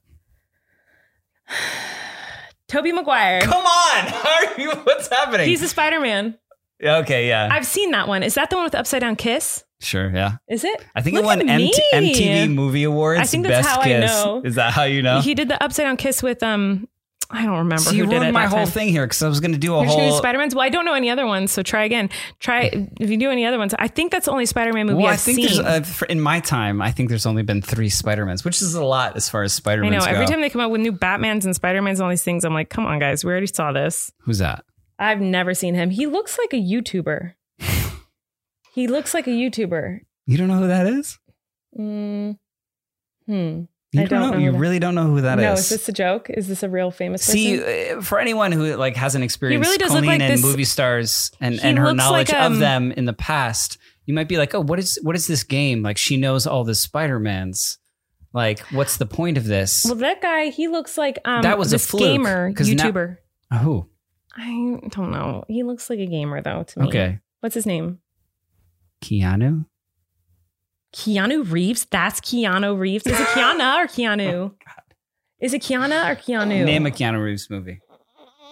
Speaker 2: Toby Maguire.
Speaker 3: Come on! How are you? What's happening?
Speaker 2: He's a Spider Man.
Speaker 3: okay. Yeah.
Speaker 2: I've seen that one. Is that the one with the upside down kiss?
Speaker 3: sure. Yeah.
Speaker 2: Is it?
Speaker 3: I think
Speaker 2: Look
Speaker 3: it won
Speaker 2: at
Speaker 3: MT-
Speaker 2: me.
Speaker 3: MTV Movie Awards.
Speaker 2: I think that's
Speaker 3: Best
Speaker 2: how I
Speaker 3: Kiss.
Speaker 2: know.
Speaker 3: Is that how you know?
Speaker 2: He did the upside down kiss with um. I don't remember
Speaker 3: So
Speaker 2: who
Speaker 3: you
Speaker 2: did
Speaker 3: ruined
Speaker 2: it.
Speaker 3: my
Speaker 2: that
Speaker 3: whole
Speaker 2: time.
Speaker 3: thing here because I was going to do a
Speaker 2: You're just gonna do
Speaker 3: whole.
Speaker 2: Spider-Man's. Well, I don't know any other ones, so try again. Try if you do any other ones. I think that's the only Spider-Man movie
Speaker 3: Well, I
Speaker 2: I've
Speaker 3: think
Speaker 2: seen.
Speaker 3: there's uh, for- in my time, I think there's only been three Spider-Mans, which is a lot as far as
Speaker 2: I
Speaker 3: Spider-Mans
Speaker 2: know. Every
Speaker 3: go.
Speaker 2: time they come out with new Batmans and Spider-Mans and all these things, I'm like, come on, guys, we already saw this.
Speaker 3: Who's that?
Speaker 2: I've never seen him. He looks like a YouTuber. he looks like a YouTuber.
Speaker 3: You don't know who that is?
Speaker 2: Mm. Hmm.
Speaker 3: You
Speaker 2: I don't know who
Speaker 3: You
Speaker 2: that-
Speaker 3: really don't know who that is.
Speaker 2: no, is this a joke? Is this a real famous person?
Speaker 3: See, uh, for anyone who like hasn't experienced
Speaker 2: really does look
Speaker 3: Colleen
Speaker 2: like
Speaker 3: and
Speaker 2: this-
Speaker 3: movie stars and,
Speaker 2: He
Speaker 3: and her
Speaker 2: looks
Speaker 3: knowledge
Speaker 2: like, um,
Speaker 3: of them in the past, you might be like, "Oh, what is what is this game? Like, she knows all the Spider Mans. Like, what's the point of this?
Speaker 2: Well, that guy, he looks like um,
Speaker 3: That was a
Speaker 2: this
Speaker 3: fluke,
Speaker 2: gamer
Speaker 3: 'cause now-
Speaker 2: YouTuber.
Speaker 3: who?
Speaker 2: I don't know. He looks like a gamer though to me.
Speaker 3: Okay,
Speaker 2: What's his name?
Speaker 3: Keanu.
Speaker 2: Keanu Reeves. That's Keanu Reeves. Is it Kiana or Keanu? Is it Kiana or Keanu?
Speaker 3: Oh, Name a Keanu Reeves movie.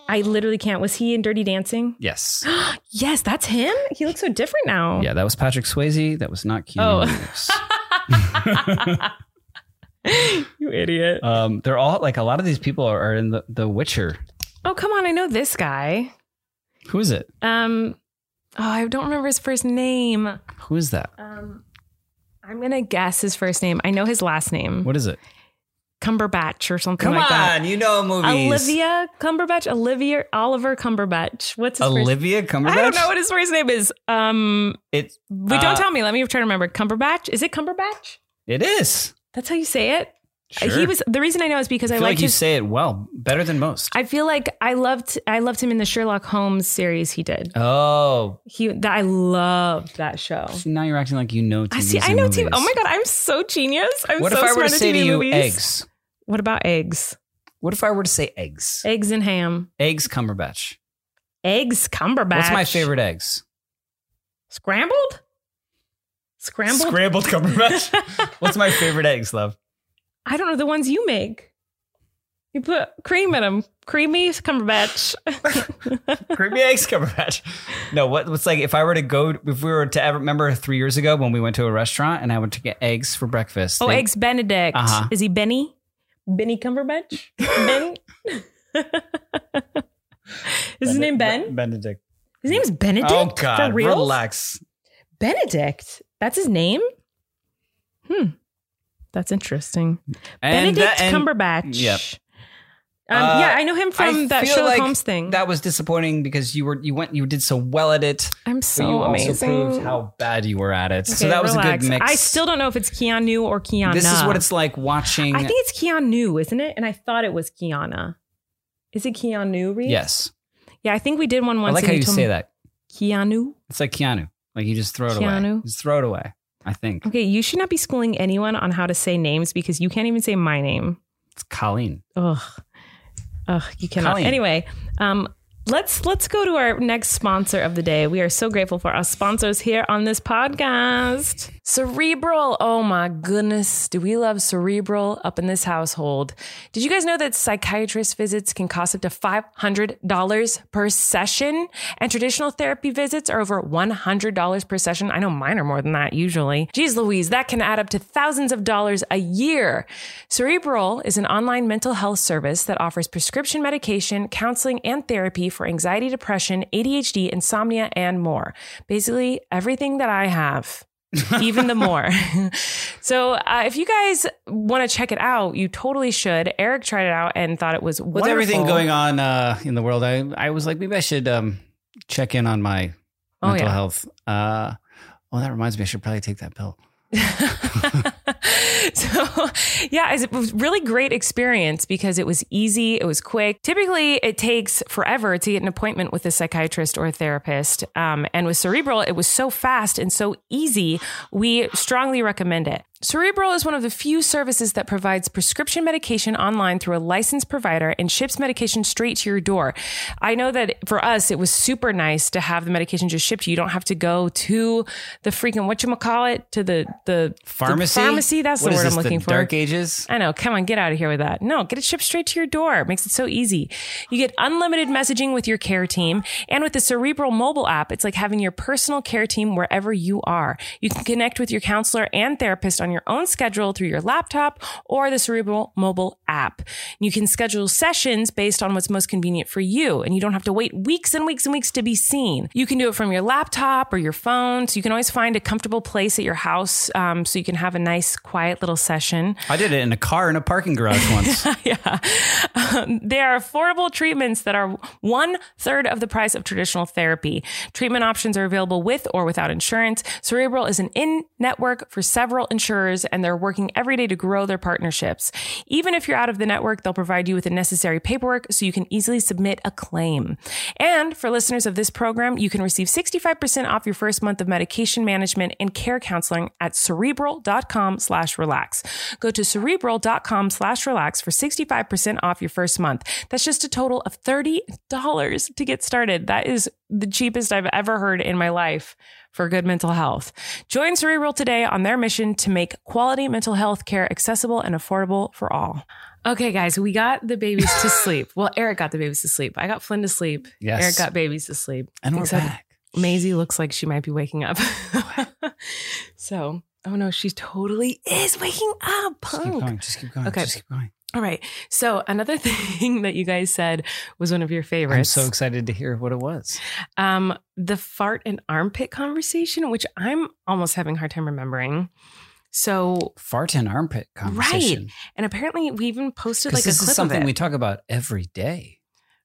Speaker 2: I literally can't. Was he in Dirty Dancing?
Speaker 3: Yes.
Speaker 2: Yes, that's him. He looks so different now.
Speaker 3: yeah, that was Patrick Swayze. That was not
Speaker 2: Oh.
Speaker 3: Keanu Reeves.
Speaker 2: you idiot.
Speaker 3: Um, they're all like a lot of these people are, are in the, the Witcher.
Speaker 2: Oh come on! I know this guy.
Speaker 3: Who is it?
Speaker 2: Um, oh, I don't remember his first name.
Speaker 3: Who is that?
Speaker 2: Um, I'm gonna guess his first name. I know his last name,
Speaker 3: What is it? uh,
Speaker 2: Cumberbatch or something like that.
Speaker 3: you know movies.
Speaker 2: Olivia Cumberbatch, Olivia Oliver Cumberbatch. What's his first?
Speaker 3: Olivia Cumberbatch.
Speaker 2: I don't know what his first name is. Um,
Speaker 3: It
Speaker 2: but don't
Speaker 3: Uh,
Speaker 2: tell me. Let me try to remember. Cumberbatch. Is it Cumberbatch?
Speaker 3: it is.
Speaker 2: That's how you say it.
Speaker 3: Sure.
Speaker 2: Uh, He was the reason I know is because I,
Speaker 3: I feel
Speaker 2: liked
Speaker 3: like you
Speaker 2: his.
Speaker 3: say it well, better than most.
Speaker 2: I feel like I loved I loved him in the Sherlock Holmes series he did.
Speaker 3: oh,
Speaker 2: He that I loved that show.
Speaker 3: see, now you're acting like you know.
Speaker 2: Oh. I
Speaker 3: TVs
Speaker 2: see. I
Speaker 3: and
Speaker 2: know
Speaker 3: movies.
Speaker 2: TV. Oh my god, I'm so genius. I'm
Speaker 3: What
Speaker 2: so
Speaker 3: if I were
Speaker 2: smart
Speaker 3: to
Speaker 2: at
Speaker 3: say
Speaker 2: TV
Speaker 3: to you
Speaker 2: movies.
Speaker 3: eggs?
Speaker 2: What about eggs?
Speaker 3: What if I were to say eggs?
Speaker 2: Eggs and ham.
Speaker 3: Eggs Cumberbatch.
Speaker 2: Eggs Cumberbatch.
Speaker 3: What's my favorite eggs?
Speaker 2: Scrambled? Scrambled?
Speaker 3: Scrambled Cumberbatch. What's my favorite eggs, love?
Speaker 2: I don't know the ones you make. You put cream in them. creamy Cumberbatch.
Speaker 3: Creamy eggs Cumberbatch. No, what, what's like if I were to go, if we were to ever remember three years ago when we went to a restaurant and I went to get eggs for breakfast.
Speaker 2: Oh,
Speaker 3: they-
Speaker 2: eggs Benedict.
Speaker 3: Uh-huh.
Speaker 2: Is he Benny? Benny Cumberbatch? Ben? Is his name Ben?
Speaker 3: Benedict.
Speaker 2: His name's Benedict.
Speaker 3: Oh God,
Speaker 2: for real.
Speaker 3: relax.
Speaker 2: Benedict. That's his name. Hmm. That's interesting.
Speaker 3: And
Speaker 2: Benedict
Speaker 3: that- and
Speaker 2: Cumberbatch.
Speaker 3: Yep.
Speaker 2: Um,
Speaker 3: Uh,
Speaker 2: yeah, I know him
Speaker 3: I
Speaker 2: from that
Speaker 3: feel
Speaker 2: Sherlock
Speaker 3: like
Speaker 2: Holmes thing.
Speaker 3: That was disappointing because you were you went you did so well at it.
Speaker 2: I'm
Speaker 3: but
Speaker 2: so
Speaker 3: you
Speaker 2: amazing.
Speaker 3: also proved how bad you were at it. so
Speaker 2: Okay,
Speaker 3: that was
Speaker 2: relax.
Speaker 3: a good mix.
Speaker 2: I still don't know if it's Keanu or Kiana.
Speaker 3: This is what it's like watching.
Speaker 2: I think it's Keanu, isn't it? And I thought it was Kiana. Is it Keanu Reeves?
Speaker 3: yes,
Speaker 2: Yeah, I think we did one
Speaker 3: I
Speaker 2: once.
Speaker 3: like
Speaker 2: and
Speaker 3: how you
Speaker 2: told me-
Speaker 3: say that.
Speaker 2: Keanu.
Speaker 3: It's like Keanu. Like you just throw it away.
Speaker 2: Keanu.
Speaker 3: Just throw it away. I think
Speaker 2: Okay, you should not be schooling anyone on how to say names because you can't even say my name.
Speaker 3: it's Colleen.
Speaker 2: Ugh. Ugh, you cannot.
Speaker 3: Colleen.
Speaker 2: Anyway, um, let's let's go to our next sponsor of the day. We are so grateful for our sponsors here on this podcast. Cerebral. Oh my goodness. Do we love Cerebral up in this household? Did you guys know that psychiatrist visits can cost up to $500 per session and traditional therapy visits are over $100 per session? I know mine are more than that usually. Geez Louise, that can add up to thousands of dollars a year. Cerebral is an online mental health service that offers prescription medication, counseling, and therapy for anxiety, depression, ADHD, insomnia, and more. Basically, everything that I have. even the more. so, uh, if you guys want to check it out, you totally should. Eric tried it out and thought it was
Speaker 3: With
Speaker 2: wonderful.
Speaker 3: everything going on uh, in the world, I I was like maybe I should um, check in on my
Speaker 2: Oh,
Speaker 3: mental
Speaker 2: yeah.
Speaker 3: health. Uh, oh, that reminds me, I should probably take that pill.
Speaker 2: so yeah it was a really great experience because it was easy it was quick typically it takes forever to get an appointment with a psychiatrist or a therapist um, and with cerebral it was so fast and so easy we strongly recommend it cerebral is one of the few services that provides prescription medication online through a licensed provider and ships medication straight to your door i know that for us it was super nice to have the medication just shipped you don't have to go to the freaking whatchamacallit to the the
Speaker 3: Pharmacy.
Speaker 2: the pharmacy. That's
Speaker 3: What
Speaker 2: the
Speaker 3: is
Speaker 2: word
Speaker 3: this,
Speaker 2: I'm looking
Speaker 3: the
Speaker 2: for.
Speaker 3: Dark Ages.
Speaker 2: I know. Come on, get out of here with that. No, get it shipped straight to your door. It makes it so easy. You get unlimited messaging with your care team. And with the Cerebral mobile app, it's like having your personal care team wherever you are. You can connect with your counselor and therapist on your own schedule through your laptop or the Cerebral mobile app. You can schedule sessions based on what's most convenient for you, and you don't have to wait weeks and weeks and weeks to be seen. You can do it from your laptop or your phone. So you can always find a comfortable place at your house um, so you can have a nice, quiet little session
Speaker 3: I did it in a car in a parking garage once.
Speaker 2: yeah. Um, they are affordable treatments that are one third of the price of traditional therapy. Treatment options are available with or without insurance. Cerebral is an in network for several insurers, and they're working every day to grow their partnerships. Even if you're out of the network, they'll provide you with the necessary paperwork so you can easily submit a claim. And for listeners of this program, you can receive 65% off your first month of medication management and care counseling at cerebral.com slash relax. Go to cerebral.com slash relax for 65% off your first month. That's just a total of $30 to get started. That is the cheapest I've ever heard in my life for good mental health. Join Cerebral today on their mission to make quality mental health care accessible and affordable for all. Okay, guys, we got the babies to sleep. Well, Eric got the babies to sleep. I got Flynn to sleep.
Speaker 3: Yes.
Speaker 2: Eric got babies to sleep.
Speaker 3: and we're
Speaker 2: Except-
Speaker 3: back.
Speaker 2: Maisie looks like she might be waking up. so, oh no, she totally is waking up.
Speaker 3: Just keep
Speaker 2: Punk.
Speaker 3: going. Just keep going.
Speaker 2: Okay.
Speaker 3: Just keep going.
Speaker 2: All right. So, another thing that you guys said was one of your
Speaker 3: I'm
Speaker 2: favorites.
Speaker 3: so excited to hear what it was.
Speaker 2: um, the fart and armpit conversation, which I'm almost having a hard time remembering. So,
Speaker 3: Fart and armpit conversation.
Speaker 2: and apparently we even posted
Speaker 3: 'Cause
Speaker 2: like a
Speaker 3: this
Speaker 2: clip
Speaker 3: is something
Speaker 2: of it.
Speaker 3: we talk about every day.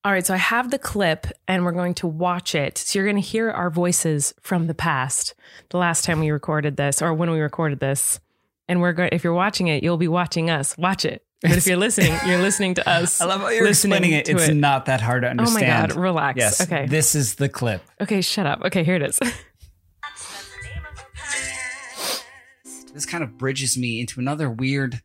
Speaker 2: All right, so I have the clip and we're going to watch it. So you're going to hear our voices from the past, the last time we recorded this or when we recorded this. And we're going if you're watching it, you'll be watching us. Watch it. But if you're listening, you're listening to us.
Speaker 3: how
Speaker 2: listening to
Speaker 3: It's
Speaker 2: it.
Speaker 3: not that hard to
Speaker 2: Oh my
Speaker 3: understand.
Speaker 2: god, relax.
Speaker 3: Yes.
Speaker 2: Okay.
Speaker 3: This is the clip.
Speaker 2: okay, shut up. Okay, here it is.
Speaker 3: This kind of bridges me into another weird.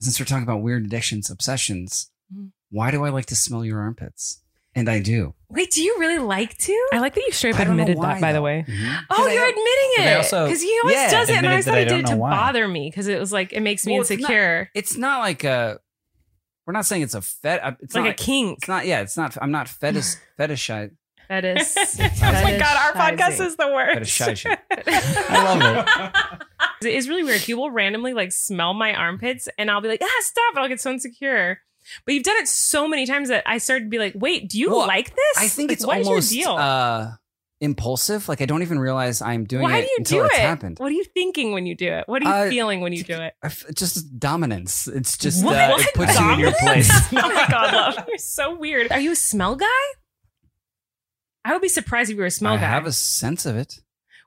Speaker 3: Since we're talking about weird addictions, obsessions,
Speaker 2: Mhm.
Speaker 3: why do I like to smell your armpits? And I do.
Speaker 1: Wait, do you really like to?
Speaker 2: I like that you straight up
Speaker 3: I don't know
Speaker 2: admitted
Speaker 3: why,
Speaker 2: that by the
Speaker 3: though.
Speaker 2: way.
Speaker 3: Mhm.
Speaker 2: Oh,
Speaker 3: I
Speaker 2: you're
Speaker 3: al- but I
Speaker 2: admitting it.
Speaker 3: also-
Speaker 2: Cuz he always
Speaker 3: yeah,
Speaker 2: does it and I
Speaker 3: admitted
Speaker 2: always
Speaker 3: that
Speaker 2: thought
Speaker 3: I
Speaker 2: he did
Speaker 3: don't
Speaker 2: it to
Speaker 3: know why.
Speaker 2: bother me cuz it was like it makes me
Speaker 3: Well, it's
Speaker 2: insecure.
Speaker 3: It's not like a. We're not saying it's a fet. uh, It's
Speaker 2: It's like
Speaker 3: not,
Speaker 2: a kink.
Speaker 3: It's not. Yeah, it's not. I'm not fetish fetishized.
Speaker 7: That is.
Speaker 2: oh my god, our podcast is the worst.
Speaker 3: Fetishizing. I love it.
Speaker 2: It is really weird. He will randomly like smell my armpits and I'll be like, ah, stop. And I'll get so insecure. But you've done it so many times that I started to be like, wait, do you
Speaker 3: Well,
Speaker 2: like this?
Speaker 3: I think
Speaker 2: Like,
Speaker 3: it's
Speaker 2: what is
Speaker 3: almost
Speaker 2: your deal?
Speaker 3: Uh, impulsive. Like I don't even realize I'm doing
Speaker 2: Why
Speaker 3: it
Speaker 2: do you
Speaker 3: until
Speaker 2: do
Speaker 3: it's
Speaker 2: it?
Speaker 3: happened.
Speaker 2: What are you thinking when you do it? What are you
Speaker 3: Uh,
Speaker 2: feeling when you do it?
Speaker 3: I f- Just dominance. It's just
Speaker 2: What?
Speaker 3: uh, it puts you in your place.
Speaker 2: oh my god, love, you're so weird. Are you a smell guy? I would be surprised if you were a smell
Speaker 3: I
Speaker 2: guy.
Speaker 3: have a sense of it.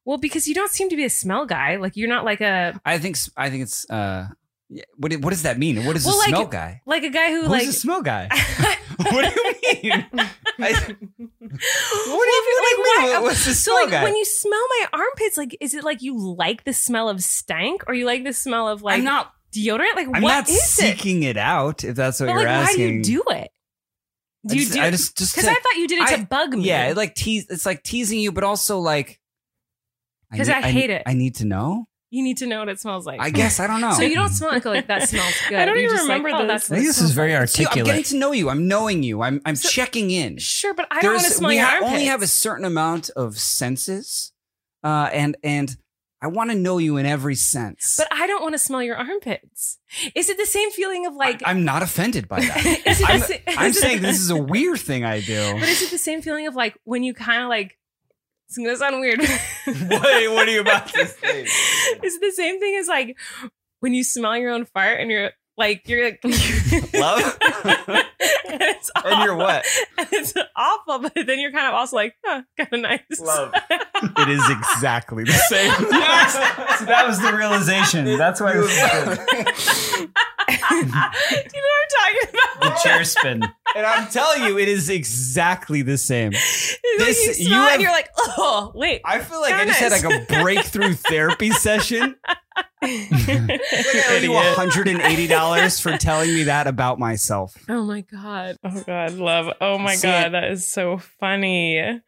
Speaker 2: well, because you don't seem to be a smell guy. Like you're not like a
Speaker 3: I think. s- I think it's. Uh, yeah, what, do- what does that mean? What is
Speaker 2: Well,
Speaker 3: a
Speaker 2: like,
Speaker 3: smell guy?
Speaker 2: like a guy who
Speaker 3: Who's
Speaker 2: like
Speaker 3: a smell guy? what do you mean? I-
Speaker 2: Well, if
Speaker 3: what do you mean?
Speaker 2: why-
Speaker 3: What's the
Speaker 2: so
Speaker 3: smell
Speaker 2: like
Speaker 3: guy?
Speaker 2: when you smell my armpits, like is it like you like the smell of stank or you like the smell of like
Speaker 3: I'm not.
Speaker 2: deodorant? Like
Speaker 3: I'm
Speaker 2: what
Speaker 3: not
Speaker 2: is it?
Speaker 3: seeking it? out. If that's what
Speaker 2: But
Speaker 3: you're
Speaker 2: like
Speaker 3: asking.
Speaker 2: why do you do it? Do
Speaker 3: I
Speaker 2: you
Speaker 3: just,
Speaker 2: do
Speaker 3: I just just
Speaker 2: because
Speaker 3: to-
Speaker 2: I thought you did it to
Speaker 3: I-
Speaker 2: bug me.
Speaker 3: yeah, it like tease. It's like teasing you, but also like
Speaker 2: 'Cause
Speaker 3: need-
Speaker 2: I hate
Speaker 3: need-
Speaker 2: it.
Speaker 3: I need to know.
Speaker 2: you need to know what it smells like.
Speaker 3: I guess I don't know.
Speaker 2: So you don't smell like, like that smells good.
Speaker 7: I don't
Speaker 2: You're
Speaker 7: even
Speaker 2: just like,
Speaker 7: remember this.
Speaker 2: oh, that's
Speaker 7: I
Speaker 2: what
Speaker 8: think
Speaker 2: it
Speaker 8: this
Speaker 2: smells
Speaker 8: is very
Speaker 2: like.
Speaker 3: See, I'm getting
Speaker 8: articulate.
Speaker 3: to know you. I'm knowing you. I'm I'm
Speaker 2: So-
Speaker 3: checking in.
Speaker 2: Sure, but I don't
Speaker 3: There's-
Speaker 2: want to smell
Speaker 3: we
Speaker 2: your
Speaker 3: ha-
Speaker 2: armpits.
Speaker 3: only have a certain amount of senses, uh, and and I want to know you in every sense.
Speaker 2: but I don't want to smell your armpits. Is it the same feeling of like?
Speaker 3: I, am not offended by that.
Speaker 2: is it the
Speaker 3: I'm-
Speaker 2: sa-
Speaker 3: I'm
Speaker 2: is it-
Speaker 3: saying this is a weird thing I do.
Speaker 2: But is it the same feeling of like when you kind of like? It's gonna sound weird.
Speaker 6: What, what are you about to say?
Speaker 2: is it the same thing as like when you smell your own fart and you're like you're like
Speaker 6: Love?
Speaker 2: and, it's
Speaker 6: And you're
Speaker 2: awful.
Speaker 6: what?
Speaker 2: And it's awful, but then you're kind of also like, huh, kind of nice.
Speaker 6: Love.
Speaker 8: It is exactly the same.
Speaker 6: Yes!
Speaker 8: So that was the realization. That's why
Speaker 2: Do you know what I'm talking about?
Speaker 8: the chair spin.
Speaker 3: And I'm telling you, it is exactly the same.
Speaker 2: It's like
Speaker 3: This-
Speaker 2: you
Speaker 3: you
Speaker 2: smell it
Speaker 3: have-
Speaker 2: and you're like, oh, wait.
Speaker 3: I feel like
Speaker 2: Kinda
Speaker 3: I just
Speaker 2: is.
Speaker 3: had like a breakthrough therapy session. I owe you $180 for telling me that about myself.
Speaker 2: oh my god. Oh god, love. Oh my
Speaker 3: See
Speaker 2: god,
Speaker 3: it?
Speaker 2: that is so funny.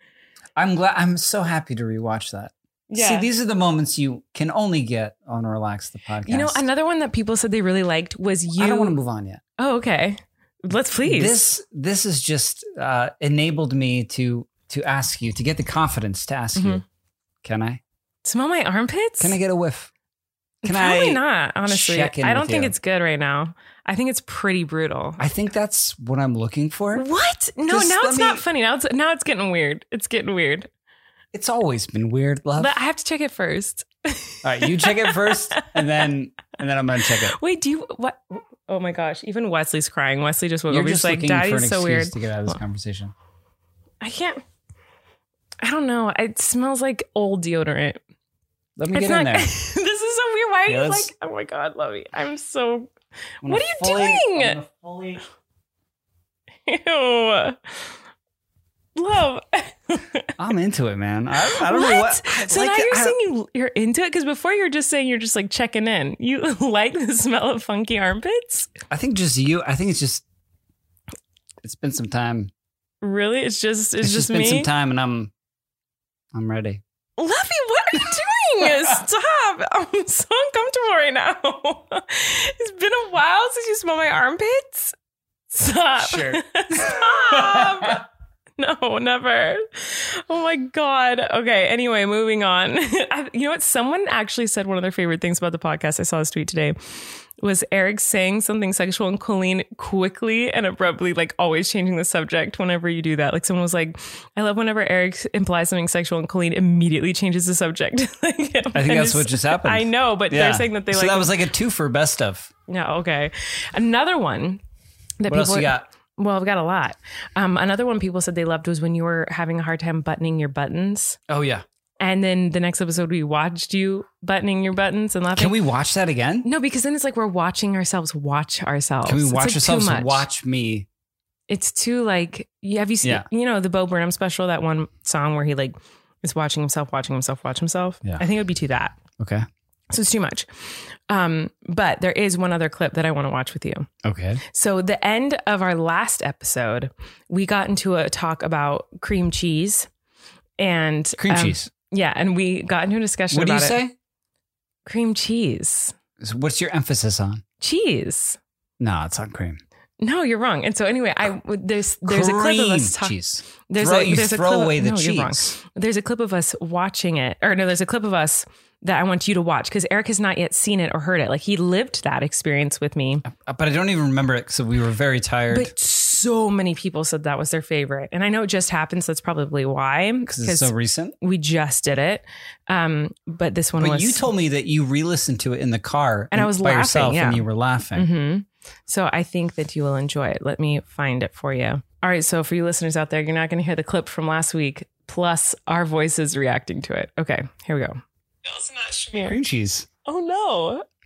Speaker 8: I'm glad. I'm so happy to rewatch that. See,
Speaker 2: Yeah.
Speaker 8: these are the moments you can only get on Relax the podcast.
Speaker 2: you know, another one that people said they really liked was you.
Speaker 8: I don't want to move on yet.
Speaker 2: oh, okay. Let's please.
Speaker 8: This this has just uh, enabled me to to ask you to get the confidence to ask you.
Speaker 2: Mhm.
Speaker 8: Can I?
Speaker 2: smell my armpits.
Speaker 8: Can I get a whiff? Can
Speaker 2: Probably
Speaker 8: I?
Speaker 2: not, honestly.
Speaker 8: check in
Speaker 2: I don't
Speaker 8: with
Speaker 2: think
Speaker 8: you?
Speaker 2: it's good right now. I think it's pretty brutal.
Speaker 8: I think that's what I'm looking for.
Speaker 2: what? No,
Speaker 8: Just
Speaker 2: now
Speaker 8: let
Speaker 2: it's not
Speaker 8: me-
Speaker 2: funny. Now it's now it's getting weird. It's getting weird.
Speaker 8: It's always been weird, love.
Speaker 2: But I have to check it first.
Speaker 8: All right, you check it first, and then and then I'm gonna check it.
Speaker 2: Wait, do you what? Oh my gosh! Even Wesley's crying. Wesley just woke
Speaker 8: You're
Speaker 2: up.
Speaker 8: just
Speaker 2: He's like,
Speaker 8: looking for an
Speaker 2: "Daddy's so
Speaker 8: excuse
Speaker 2: weird."
Speaker 8: to get out of this conversation.
Speaker 2: I can't. I don't know. It smells like old deodorant.
Speaker 8: Let me
Speaker 2: it's
Speaker 8: get in
Speaker 2: not.
Speaker 8: there.
Speaker 2: this is so weird. Why are
Speaker 8: Yeah,
Speaker 2: you
Speaker 8: let's-
Speaker 2: like? Oh my god, Lovey, I'm so.
Speaker 8: I'm
Speaker 2: what
Speaker 8: gonna
Speaker 2: are you
Speaker 8: fully-
Speaker 2: doing?
Speaker 8: I'm gonna fully-
Speaker 2: Ew. Love.
Speaker 8: I'm into it, man. I, I don't know what. I
Speaker 2: So
Speaker 8: like
Speaker 2: now
Speaker 8: the-
Speaker 2: you're
Speaker 8: I-
Speaker 2: saying you, you're into it because before you're just saying you're just like checking in. You like the smell of funky armpits?
Speaker 8: I think just you. I think it's just. It's been some time.
Speaker 2: Really? It's just it's,
Speaker 8: It's, just
Speaker 2: just,
Speaker 8: been
Speaker 2: me.
Speaker 8: some time, and I'm. I'm ready.
Speaker 2: Lovey, what are you doing? Stop! I'm so uncomfortable right now. It's been a while since you smell my armpits. Stop.
Speaker 8: Sure.
Speaker 2: Stop. No, never. Oh my God. Okay. Anyway, moving on. I, you know what? Someone actually said one of their favorite things about the podcast. I saw this tweet today was Eric saying something sexual and Colleen quickly and abruptly, like always changing the subject whenever you do that. Like someone was like, I love whenever Eric implies something sexual and Colleen immediately changes the subject. like, I think
Speaker 8: that's what just happened.
Speaker 2: I know, but
Speaker 8: Yeah.
Speaker 2: they're saying that they
Speaker 8: so
Speaker 2: like,
Speaker 8: that was like a two for best of.
Speaker 2: no, okay. Another one that
Speaker 8: What
Speaker 2: people
Speaker 8: else you got?
Speaker 2: well, I've got a lot. Um, another one people said they loved was when you were having a hard time buttoning your buttons.
Speaker 8: Oh yeah.
Speaker 2: And then the next episode, we watched you buttoning your buttons and laughing.
Speaker 8: Can we watch that again?
Speaker 2: No, because then it's like we're watching ourselves watch ourselves.
Speaker 8: Can we
Speaker 2: It's,
Speaker 8: watch
Speaker 2: like, too
Speaker 8: ourselves
Speaker 2: much.
Speaker 8: watch me?
Speaker 2: It's too like you have you seen
Speaker 8: Yeah.
Speaker 2: you know the Bo Burnham special that one song where he like is watching himself, watching himself, watch himself.
Speaker 8: Yeah.
Speaker 2: I think it would be too that.
Speaker 8: Okay.
Speaker 2: So it's too much. Um, but there is one other clip that I want to watch with you.
Speaker 8: Okay.
Speaker 2: So, the end of our last episode, we got into a talk about cream cheese and
Speaker 8: Cream
Speaker 2: um,
Speaker 8: cheese.
Speaker 2: Yeah. And we got into a discussion
Speaker 8: What do you
Speaker 2: about it.
Speaker 8: say?
Speaker 2: Cream cheese.
Speaker 8: What's your emphasis on?
Speaker 2: Cheese.
Speaker 8: No, it's on cream.
Speaker 2: No, you're wrong. And so anyway, I there's there's a clip of
Speaker 3: Cream
Speaker 2: us talking.
Speaker 3: cheese.
Speaker 2: There's
Speaker 3: throw,
Speaker 2: a,
Speaker 3: you
Speaker 2: there's a
Speaker 3: throw
Speaker 2: clip of-
Speaker 3: away the
Speaker 2: no, you're wrong.
Speaker 3: cheese.
Speaker 2: There's a clip of us watching it, or no, there's a clip of us that I want you to watch because Eric has not yet seen it or heard it. Like he lived that experience with me,
Speaker 3: Uh, But I don't even remember it because we were very tired.
Speaker 2: but so many people said that was their favorite, and I know it just happened, so that's probably why
Speaker 3: because it's so recent.
Speaker 2: we just did it. Um, but this one
Speaker 3: But
Speaker 2: was
Speaker 3: you told me that you re-listened to it in the car,
Speaker 2: And I was
Speaker 3: by
Speaker 2: laughing,
Speaker 3: yourself,
Speaker 2: yeah.
Speaker 3: and you were laughing.
Speaker 2: Mhm. So I think that you will enjoy it. Let me find it for you. All right. So for you listeners out there, you're not going to hear the clip from last week plus our voices reacting to it. Okay. Here we go. It's not
Speaker 3: Cream cheese.
Speaker 2: Oh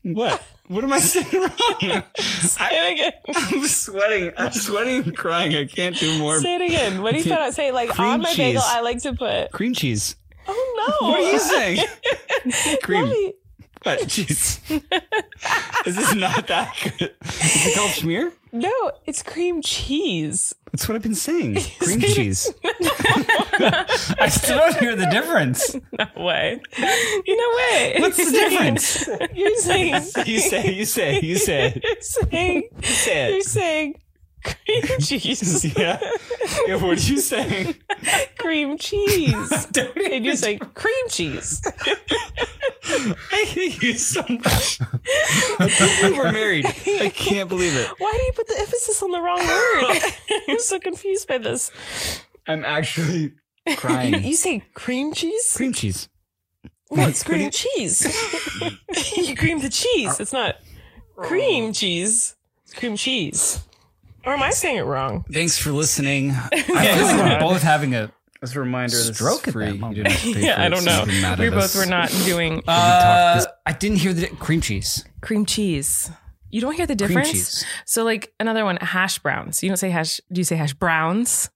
Speaker 2: no.
Speaker 3: What? What am I saying wrong?
Speaker 2: Say it again.
Speaker 3: I'm sweating. I'm sweating and crying. I can't do more.
Speaker 2: Say it again. What do you
Speaker 3: Okay.
Speaker 2: put on? Say like
Speaker 3: Cream
Speaker 2: on my bagel.
Speaker 3: cheese.
Speaker 2: I like to put.
Speaker 3: Cream cheese.
Speaker 2: Oh no.
Speaker 3: What are you saying? Cream.
Speaker 2: Lovely.
Speaker 3: What? Cheese. Is this not that good? Is it called schmear?
Speaker 2: No, it's cream cheese.
Speaker 3: That's what I've been saying. Cream cheese. I still don't hear the difference.
Speaker 2: No way. No way.
Speaker 3: What's the difference?
Speaker 2: You're saying.
Speaker 3: You say, you say, you say.
Speaker 2: You're saying.
Speaker 3: Say it.
Speaker 2: You're saying cream cheese.
Speaker 3: Yeah. yeah what are you saying?
Speaker 2: cream cheese. and you say cream cheese.
Speaker 3: I hate you so much. We're married. I can't believe it.
Speaker 2: Why do you put the emphasis on the wrong word? I'm so confused by this.
Speaker 3: I'm actually
Speaker 2: You,
Speaker 3: crying.
Speaker 2: you say cream cheese?
Speaker 3: Cream cheese.
Speaker 2: No, it's cream cheese. you cream the cheese. It's not cream cheese. It's cream cheese. Or am I saying it wrong?
Speaker 3: Thanks for listening. I
Speaker 2: feel like we're
Speaker 3: both having a
Speaker 8: As a reminder,
Speaker 3: this is
Speaker 8: stroke at
Speaker 3: free.
Speaker 8: that
Speaker 3: You
Speaker 8: moment.
Speaker 3: didn't
Speaker 2: Yeah, I don't know. We both were not doing
Speaker 3: Uh, I didn't hear the cream cheese.
Speaker 2: cream cheese. You don't hear the
Speaker 3: Cream
Speaker 2: difference.
Speaker 3: cheese.
Speaker 2: So, like another one, hash browns. You don't say hash. Do you say hash browns?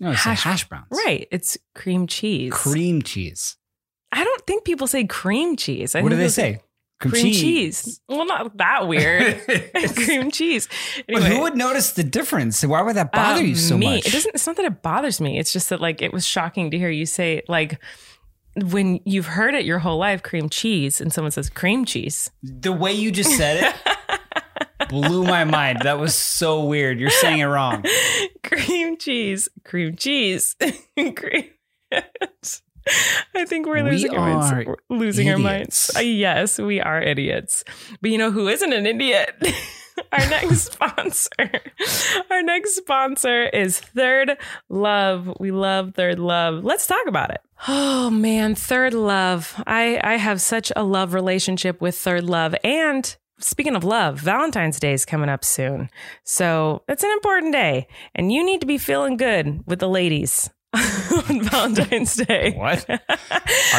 Speaker 3: No, it's
Speaker 2: Hash-
Speaker 3: hash, hash browns.
Speaker 2: Right. It's cream cheese.
Speaker 3: Cream cheese.
Speaker 2: I don't think people say cream cheese. I
Speaker 3: What do
Speaker 2: think
Speaker 3: they
Speaker 2: people
Speaker 3: say?
Speaker 2: Cream cheese. Well, not that weird. cream cheese.
Speaker 3: But
Speaker 2: Anyway,
Speaker 3: who would notice the difference? Why would that
Speaker 2: uh,
Speaker 3: bother you so
Speaker 2: me,
Speaker 3: much?
Speaker 2: It doesn't. It's not that it bothers me. It's just that like it was shocking to hear you say like when you've heard it your whole life, cream cheese, and someone says cream cheese.
Speaker 3: The way you just said it blew my
Speaker 2: Ah.
Speaker 3: mind. That was so weird. You're saying it wrong.
Speaker 2: Cream cheese, cream cheese, cream. I think we're
Speaker 3: We
Speaker 2: losing our minds.
Speaker 3: are
Speaker 2: We're losing our minds.
Speaker 3: idiots.
Speaker 2: Uh, yes, we are idiots. But you know who isn't an idiot? our next sponsor. Our next sponsor is Third Love. We love Third Love. Let's talk about it. Oh man, Third Love. I I have such a love relationship with Third Love and Speaking of love, Valentine's Day is coming up soon. So it's an important day, and you need to be feeling good with the ladies on Valentine's Day.
Speaker 3: What? Are,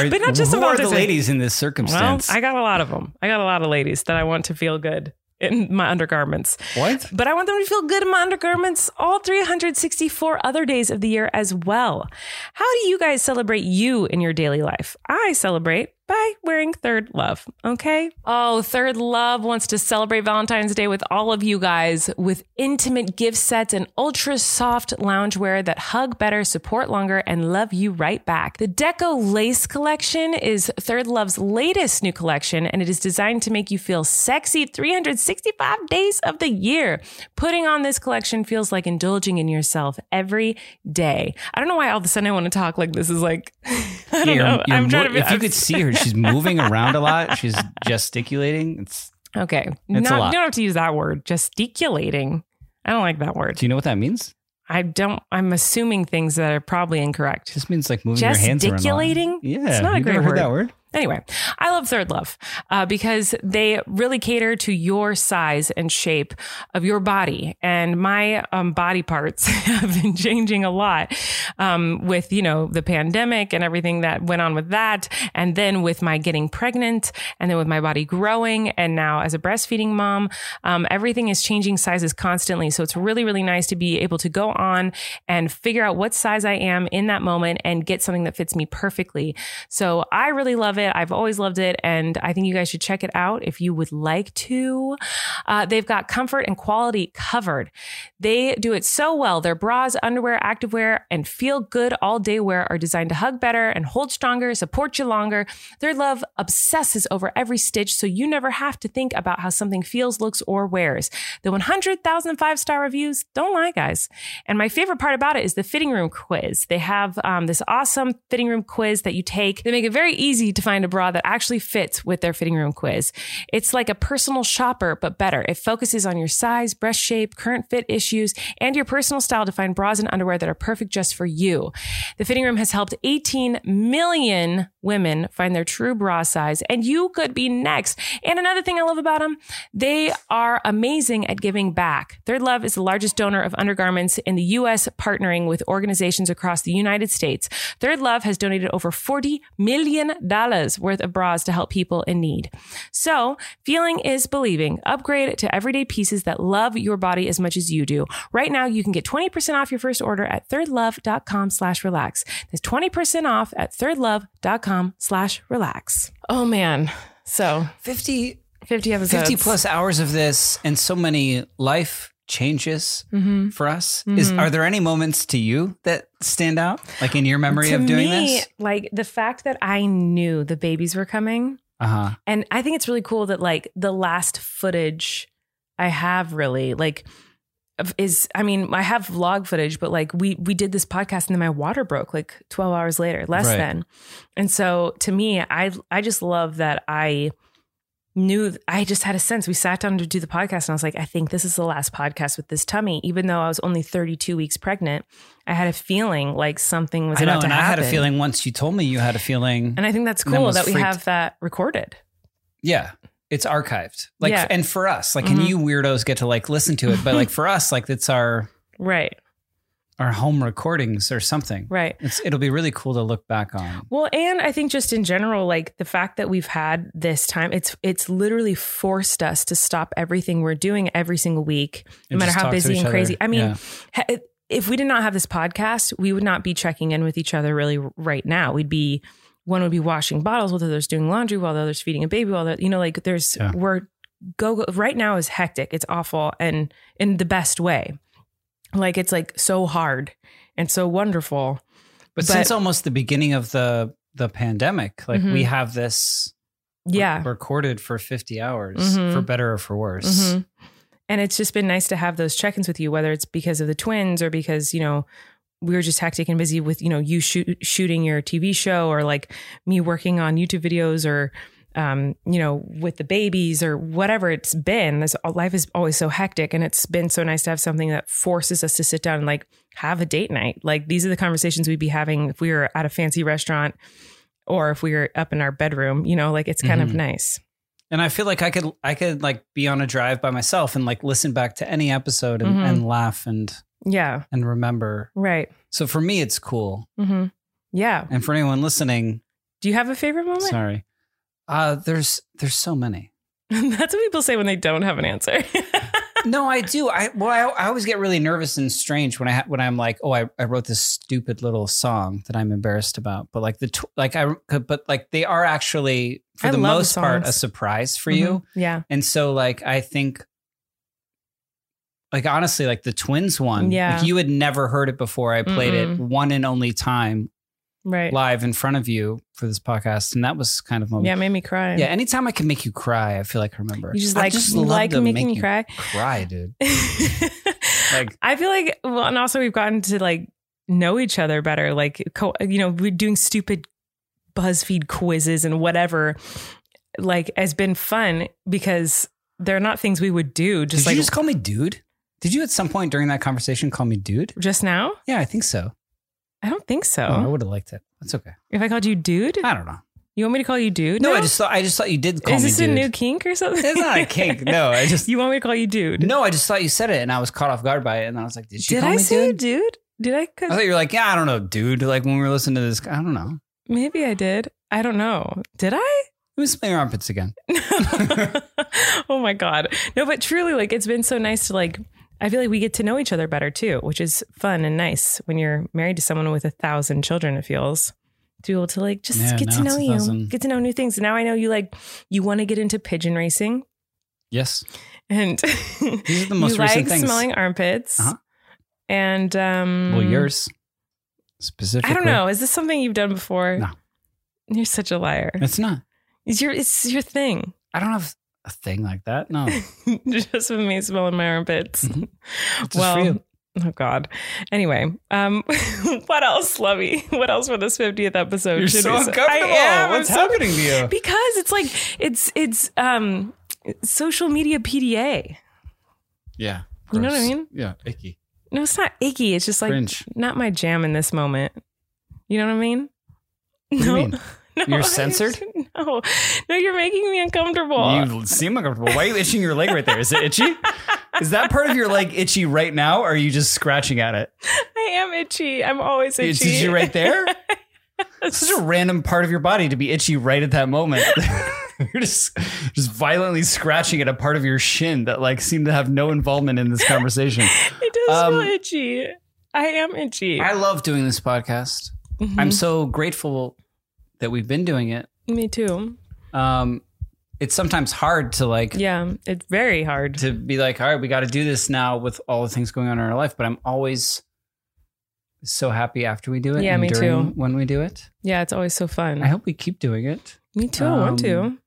Speaker 2: but not just
Speaker 3: who
Speaker 2: about
Speaker 3: are the
Speaker 2: this-
Speaker 3: ladies in this
Speaker 2: Well,
Speaker 3: circumstance?
Speaker 2: I got a lot of them. I got a lot of ladies that I want to feel good in my undergarments.
Speaker 3: what?
Speaker 2: But I want them to feel good in my undergarments all 364 other days of the year as well. How do you guys celebrate you in your daily life? I celebrate by wearing Third Love, okay? Oh, Third Love wants to celebrate Valentine's Day with all of you guys with intimate gift sets and ultra soft loungewear that hug better, support longer, and love you right back. The Deco Lace Collection is Third Love's latest new collection, and it is designed to make you feel sexy 365 days of the year. Putting on this collection feels like indulging in yourself every day. I don't know why all of a sudden I want to talk like this is like, I don't
Speaker 3: You're-
Speaker 2: know.
Speaker 3: you're
Speaker 2: I'm trying to
Speaker 3: mo-
Speaker 2: be,
Speaker 3: if you could see her, she's moving around a lot. She's gesticulating. It's,
Speaker 2: okay.
Speaker 3: It's a
Speaker 2: Not,
Speaker 3: lot.
Speaker 2: you don't have to use that word, gesticulating. I don't like that word.
Speaker 3: do you know what that means?
Speaker 2: I don't, I'm assuming things that are probably
Speaker 3: It
Speaker 2: incorrect.
Speaker 3: just means like moving your hands around. a lot.
Speaker 2: Gesticulating?
Speaker 3: Yeah,
Speaker 2: It's not a
Speaker 3: you've
Speaker 2: great
Speaker 3: never heard
Speaker 2: word.
Speaker 3: that word.
Speaker 2: Anyway, I love Third Love uh, because they really cater to your size and shape of your body. And my um, body parts have been changing a lot um, with, you know, the pandemic and everything that went on with that. And then with my getting pregnant and then with my body growing. And now as a breastfeeding mom, um, everything is changing sizes constantly. So it's really, really nice to be able to go on and figure out what size I am in that moment and get something that fits me perfectly. So I really love it. I've always loved it. it. And I think you guys should check it out if you would like to. Uh, they've got comfort and quality covered. They do it so well. Their bras, underwear, activewear, and feel good all day wear are designed to hug better and hold stronger, support you longer. Their love obsesses over every stitch, so you never have to think about how something feels, looks, or wears. The 100,000 five star reviews don't lie, guys. And my favorite part about it is the fitting room quiz. They have um, this awesome fitting room quiz that you take. They make it very easy to find a bra that actually fits with their fitting room quiz. It's like a personal shopper, but better. It focuses on your size, breast shape, current fit issues, and your personal style to find bras and underwear that are perfect just for you. The fitting room has helped 18 million women find their true bra size, and you could be next. And another thing I love about them, they are amazing at giving back. Third Love is the largest donor of undergarments in the U.S., partnering with organizations across the United States. Third Love has donated over $40 million worth of bras to help people in need. So, feeling is believing. Upgrade to everyday pieces that love your body as much as you do. Right now, you can get 20% off your first order at thirdlove.com slash relax. That's 20% off at thirdlove.com slash relax. Oh, man. So,
Speaker 3: 50,
Speaker 2: 50 episodes.
Speaker 3: 50 plus hours of this and so many life changes
Speaker 2: Mm-hmm.
Speaker 3: for us. Is Are there any moments to you that stand out, like in your memory
Speaker 2: to
Speaker 3: of doing
Speaker 2: me,
Speaker 3: this?
Speaker 2: Like the fact that I knew the babies were coming.
Speaker 3: Uh huh.
Speaker 2: And I think it's really cool that like the last footage I have really like of- is I mean, I have vlog footage, but like we we did this podcast and then my water broke like 12 hours later, less
Speaker 3: Right.
Speaker 2: than. And so to me, I I just love that I knew I just had a sense. We sat down to do the podcast and I was like, I think this is the last podcast with this tummy. Even though I was only 32 weeks pregnant, I had a feeling like something was
Speaker 3: I know,
Speaker 2: about to
Speaker 3: and I had
Speaker 2: happen.
Speaker 3: a feeling once you told me you had a feeling.
Speaker 2: And I think that's
Speaker 3: and then
Speaker 2: cool
Speaker 3: was
Speaker 2: that we
Speaker 3: freaked.
Speaker 2: have that recorded.
Speaker 3: Yeah. It's archived. Like
Speaker 2: Yeah. Mm-hmm.
Speaker 3: and for us, like and you weirdos get to like listen to it, but like for us, like it's our
Speaker 2: Right,
Speaker 3: our home recordings or something.
Speaker 2: right.
Speaker 3: It's it'll be really cool to look back on.
Speaker 2: Well, and I think just in general, like the fact that we've had this time, it's it's literally forced us to stop everything we're doing every single week, no
Speaker 3: And
Speaker 2: matter
Speaker 3: just
Speaker 2: how
Speaker 3: talk to
Speaker 2: busy
Speaker 3: each
Speaker 2: and
Speaker 3: other.
Speaker 2: crazy. I mean,
Speaker 3: Yeah.
Speaker 2: ha- if we did not have this podcast, we would not be checking in with each other really right now. We'd be one would be washing bottles while the other's doing laundry, while the other's feeding a baby, while the you know, like there's
Speaker 3: Yeah.
Speaker 2: we're go go right now is hectic. It's awful and in the best way. Like it's like so hard and so wonderful. But-
Speaker 3: But, since almost the beginning of the the pandemic, like
Speaker 2: Mhm.
Speaker 3: we have this re-
Speaker 2: Yeah.
Speaker 3: recorded for 50 hours
Speaker 2: Mhm.
Speaker 3: for better or for worse.
Speaker 2: Mhm. And it's just been nice to have those check-ins with you, whether it's because of the twins or because you know we were just hectic and busy with you know you shoot, shooting your TV show or like me working on YouTube videos or um, you know with the babies or whatever it's been. This uh, life is always so hectic, and it's been so nice to have something that forces us to sit down and like have a date night. Like these are the conversations we'd be having if we were at a fancy restaurant or if we were up in our bedroom. You know, like it's kind of
Speaker 3: Mhm.
Speaker 2: nice.
Speaker 3: And I feel like I could I could like be on a drive by myself and like listen back to any episode and,
Speaker 2: Mhm.
Speaker 3: and laugh and
Speaker 2: Yeah.
Speaker 3: and remember.
Speaker 2: Right.
Speaker 3: So for me it's cool.
Speaker 2: Mm-hmm. Yeah.
Speaker 3: And for anyone listening,
Speaker 2: Do you have a favorite moment?
Speaker 3: Sorry. Uh there's there's so many.
Speaker 2: That's what people say when they don't have an answer.
Speaker 3: No, I do. I well, I, I always get really nervous and strange when I ha- when I'm like, oh, I, I wrote this stupid little song that I'm embarrassed about. But like the tw- like I but like they are actually for
Speaker 2: I
Speaker 3: the Mm-hmm.
Speaker 2: love
Speaker 3: most part
Speaker 2: songs.
Speaker 3: a surprise for you.
Speaker 2: Mm-hmm. Yeah.
Speaker 3: And so like I think like honestly like the twins one like,
Speaker 2: Yeah.
Speaker 3: you had never heard it before I played
Speaker 2: Mm-mm.
Speaker 3: it one and only time
Speaker 2: Right.
Speaker 3: live in front of you for this podcast and that was kind of a moment.
Speaker 2: Yeah, it made me cry.
Speaker 3: Yeah, anytime I can make you cry, I feel like I remember.
Speaker 2: You just
Speaker 3: I
Speaker 2: like
Speaker 3: love
Speaker 2: like
Speaker 3: to
Speaker 2: making
Speaker 3: make
Speaker 2: me cry.
Speaker 3: Cry, dude.
Speaker 2: like
Speaker 3: Like-
Speaker 2: I feel like well and also we've gotten to like know each other better like co- you know we're doing stupid BuzzFeed quizzes and whatever like has been fun because they're not things we would do just
Speaker 3: Did
Speaker 2: like
Speaker 3: you just call me dude? Did you at some point during that conversation call me dude?
Speaker 2: just now?
Speaker 3: Yeah, I think so.
Speaker 2: I don't think so.
Speaker 3: Oh, I would have liked it. That's okay.
Speaker 2: If I called you dude,
Speaker 3: I don't know.
Speaker 2: you want me to call you dude?
Speaker 3: No,
Speaker 2: now?
Speaker 3: I just thought I just thought you did call
Speaker 2: Is
Speaker 3: me
Speaker 2: this
Speaker 3: dude.
Speaker 2: a new kink or something?
Speaker 3: it's not a kink. No, I just
Speaker 2: You want me to call you dude?
Speaker 3: no, I just thought you said it, and I was caught off guard by it, and I was like, did she
Speaker 2: Did
Speaker 3: call
Speaker 2: I
Speaker 3: me
Speaker 2: say
Speaker 3: dude?
Speaker 2: dude? Did I?
Speaker 3: I thought you were like, yeah, I don't know, dude. Like when we were listening to this, I don't know.
Speaker 2: maybe I did. I don't know. Did I?
Speaker 3: Let me smell your armpits again.
Speaker 2: oh my god. No, but truly, like it's been so nice to like. I feel like we get to know each other better too, which is fun and nice when you're married to someone with a thousand children. It feels to be able to like just
Speaker 3: Yeah,
Speaker 2: get
Speaker 3: now
Speaker 2: to
Speaker 3: it's
Speaker 2: know
Speaker 3: a
Speaker 2: you,
Speaker 3: thousand.
Speaker 2: get to know new things. And now I know you like you want to get into pigeon racing
Speaker 3: Yes.
Speaker 2: and
Speaker 3: These are the most
Speaker 2: you
Speaker 3: recent
Speaker 2: like
Speaker 3: things.
Speaker 2: smelling armpits.
Speaker 3: Uh-huh.
Speaker 2: And um
Speaker 3: Well, yours specifically.
Speaker 2: I don't know. Is this something you've done before?
Speaker 3: No.
Speaker 2: You're such a liar.
Speaker 3: It's not.
Speaker 2: It's your it's your thing.
Speaker 3: I don't have a thing like that. No.
Speaker 2: Just with me smelling my armpits.
Speaker 3: Mhm. Just
Speaker 2: well,
Speaker 3: for you.
Speaker 2: oh God. Anyway, um, what else, Lovey? What else for this fiftieth episode?
Speaker 3: You're
Speaker 2: should
Speaker 3: so
Speaker 2: we say?
Speaker 3: uncomfortable.
Speaker 2: I am.
Speaker 3: What's
Speaker 2: I'm so-
Speaker 3: happening to you?
Speaker 2: because it's like it's it's um social media PDA.
Speaker 3: Yeah.
Speaker 2: You know what I mean?
Speaker 3: Yeah. Icky.
Speaker 2: No, it's not icky. It's just like
Speaker 3: Cringe.
Speaker 2: not my jam in this moment. You know what I mean?
Speaker 3: do you
Speaker 2: no.
Speaker 3: mean?
Speaker 2: No,
Speaker 3: You're
Speaker 2: I-
Speaker 3: censored?
Speaker 2: No, no, you're making me uncomfortable.
Speaker 3: You seem uncomfortable. Why are you itching your leg right there? Is it itchy? Is that part of your leg itchy right now? Or are you just scratching at it?
Speaker 2: I am itchy. I'm always itchy.
Speaker 3: It's itchy right there? It's such a random part of your body to be itchy right at that moment. You're just just violently scratching at a part of your shin that like seemed to have no involvement in this conversation.
Speaker 2: It does
Speaker 3: Um,
Speaker 2: feel itchy. I am itchy.
Speaker 8: I love doing this podcast.
Speaker 2: Mhm.
Speaker 8: I'm so grateful that we've been doing it.
Speaker 2: me too.
Speaker 8: Um, it's sometimes hard to like
Speaker 2: Yeah, it's very hard.
Speaker 8: to be like, all right, we got to do this now with all the things going on in our life. But I'm always so happy after we do it.
Speaker 2: Yeah,
Speaker 8: and
Speaker 2: me
Speaker 8: during
Speaker 2: too.
Speaker 8: When we do it,
Speaker 2: Yeah, it's always so fun.
Speaker 8: I hope we keep doing it.
Speaker 2: me too. I want to.
Speaker 8: um,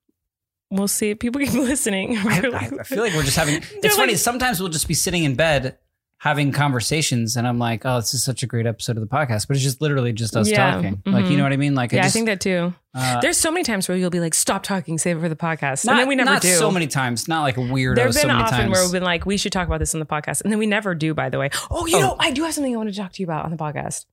Speaker 2: We'll see. People keep listening.
Speaker 8: I, I, I feel like we're just having.
Speaker 2: They're
Speaker 8: It's funny.
Speaker 2: like-
Speaker 8: Sometimes we'll just be sitting in bed having conversations, and I'm like, oh, this is such a great episode of the podcast. But it's just literally just us
Speaker 2: Yeah,
Speaker 8: talking. Like, you
Speaker 2: mhm.
Speaker 8: know what I mean? Like,
Speaker 2: yeah,
Speaker 8: I, just,
Speaker 2: I think that too.
Speaker 8: uh,
Speaker 2: There's so many times where you'll be like, "Stop talking, save it for the podcast,"
Speaker 8: not,
Speaker 2: and then we never
Speaker 8: not
Speaker 2: do.
Speaker 8: so many times. Not like a weirdo.
Speaker 2: there have been
Speaker 8: so many
Speaker 2: often
Speaker 8: times.
Speaker 2: where we've been like, "We should talk about this on the podcast," and then we never do. By the way, oh, you
Speaker 8: Oh.
Speaker 2: know, I do have something I want to talk to you about on the podcast.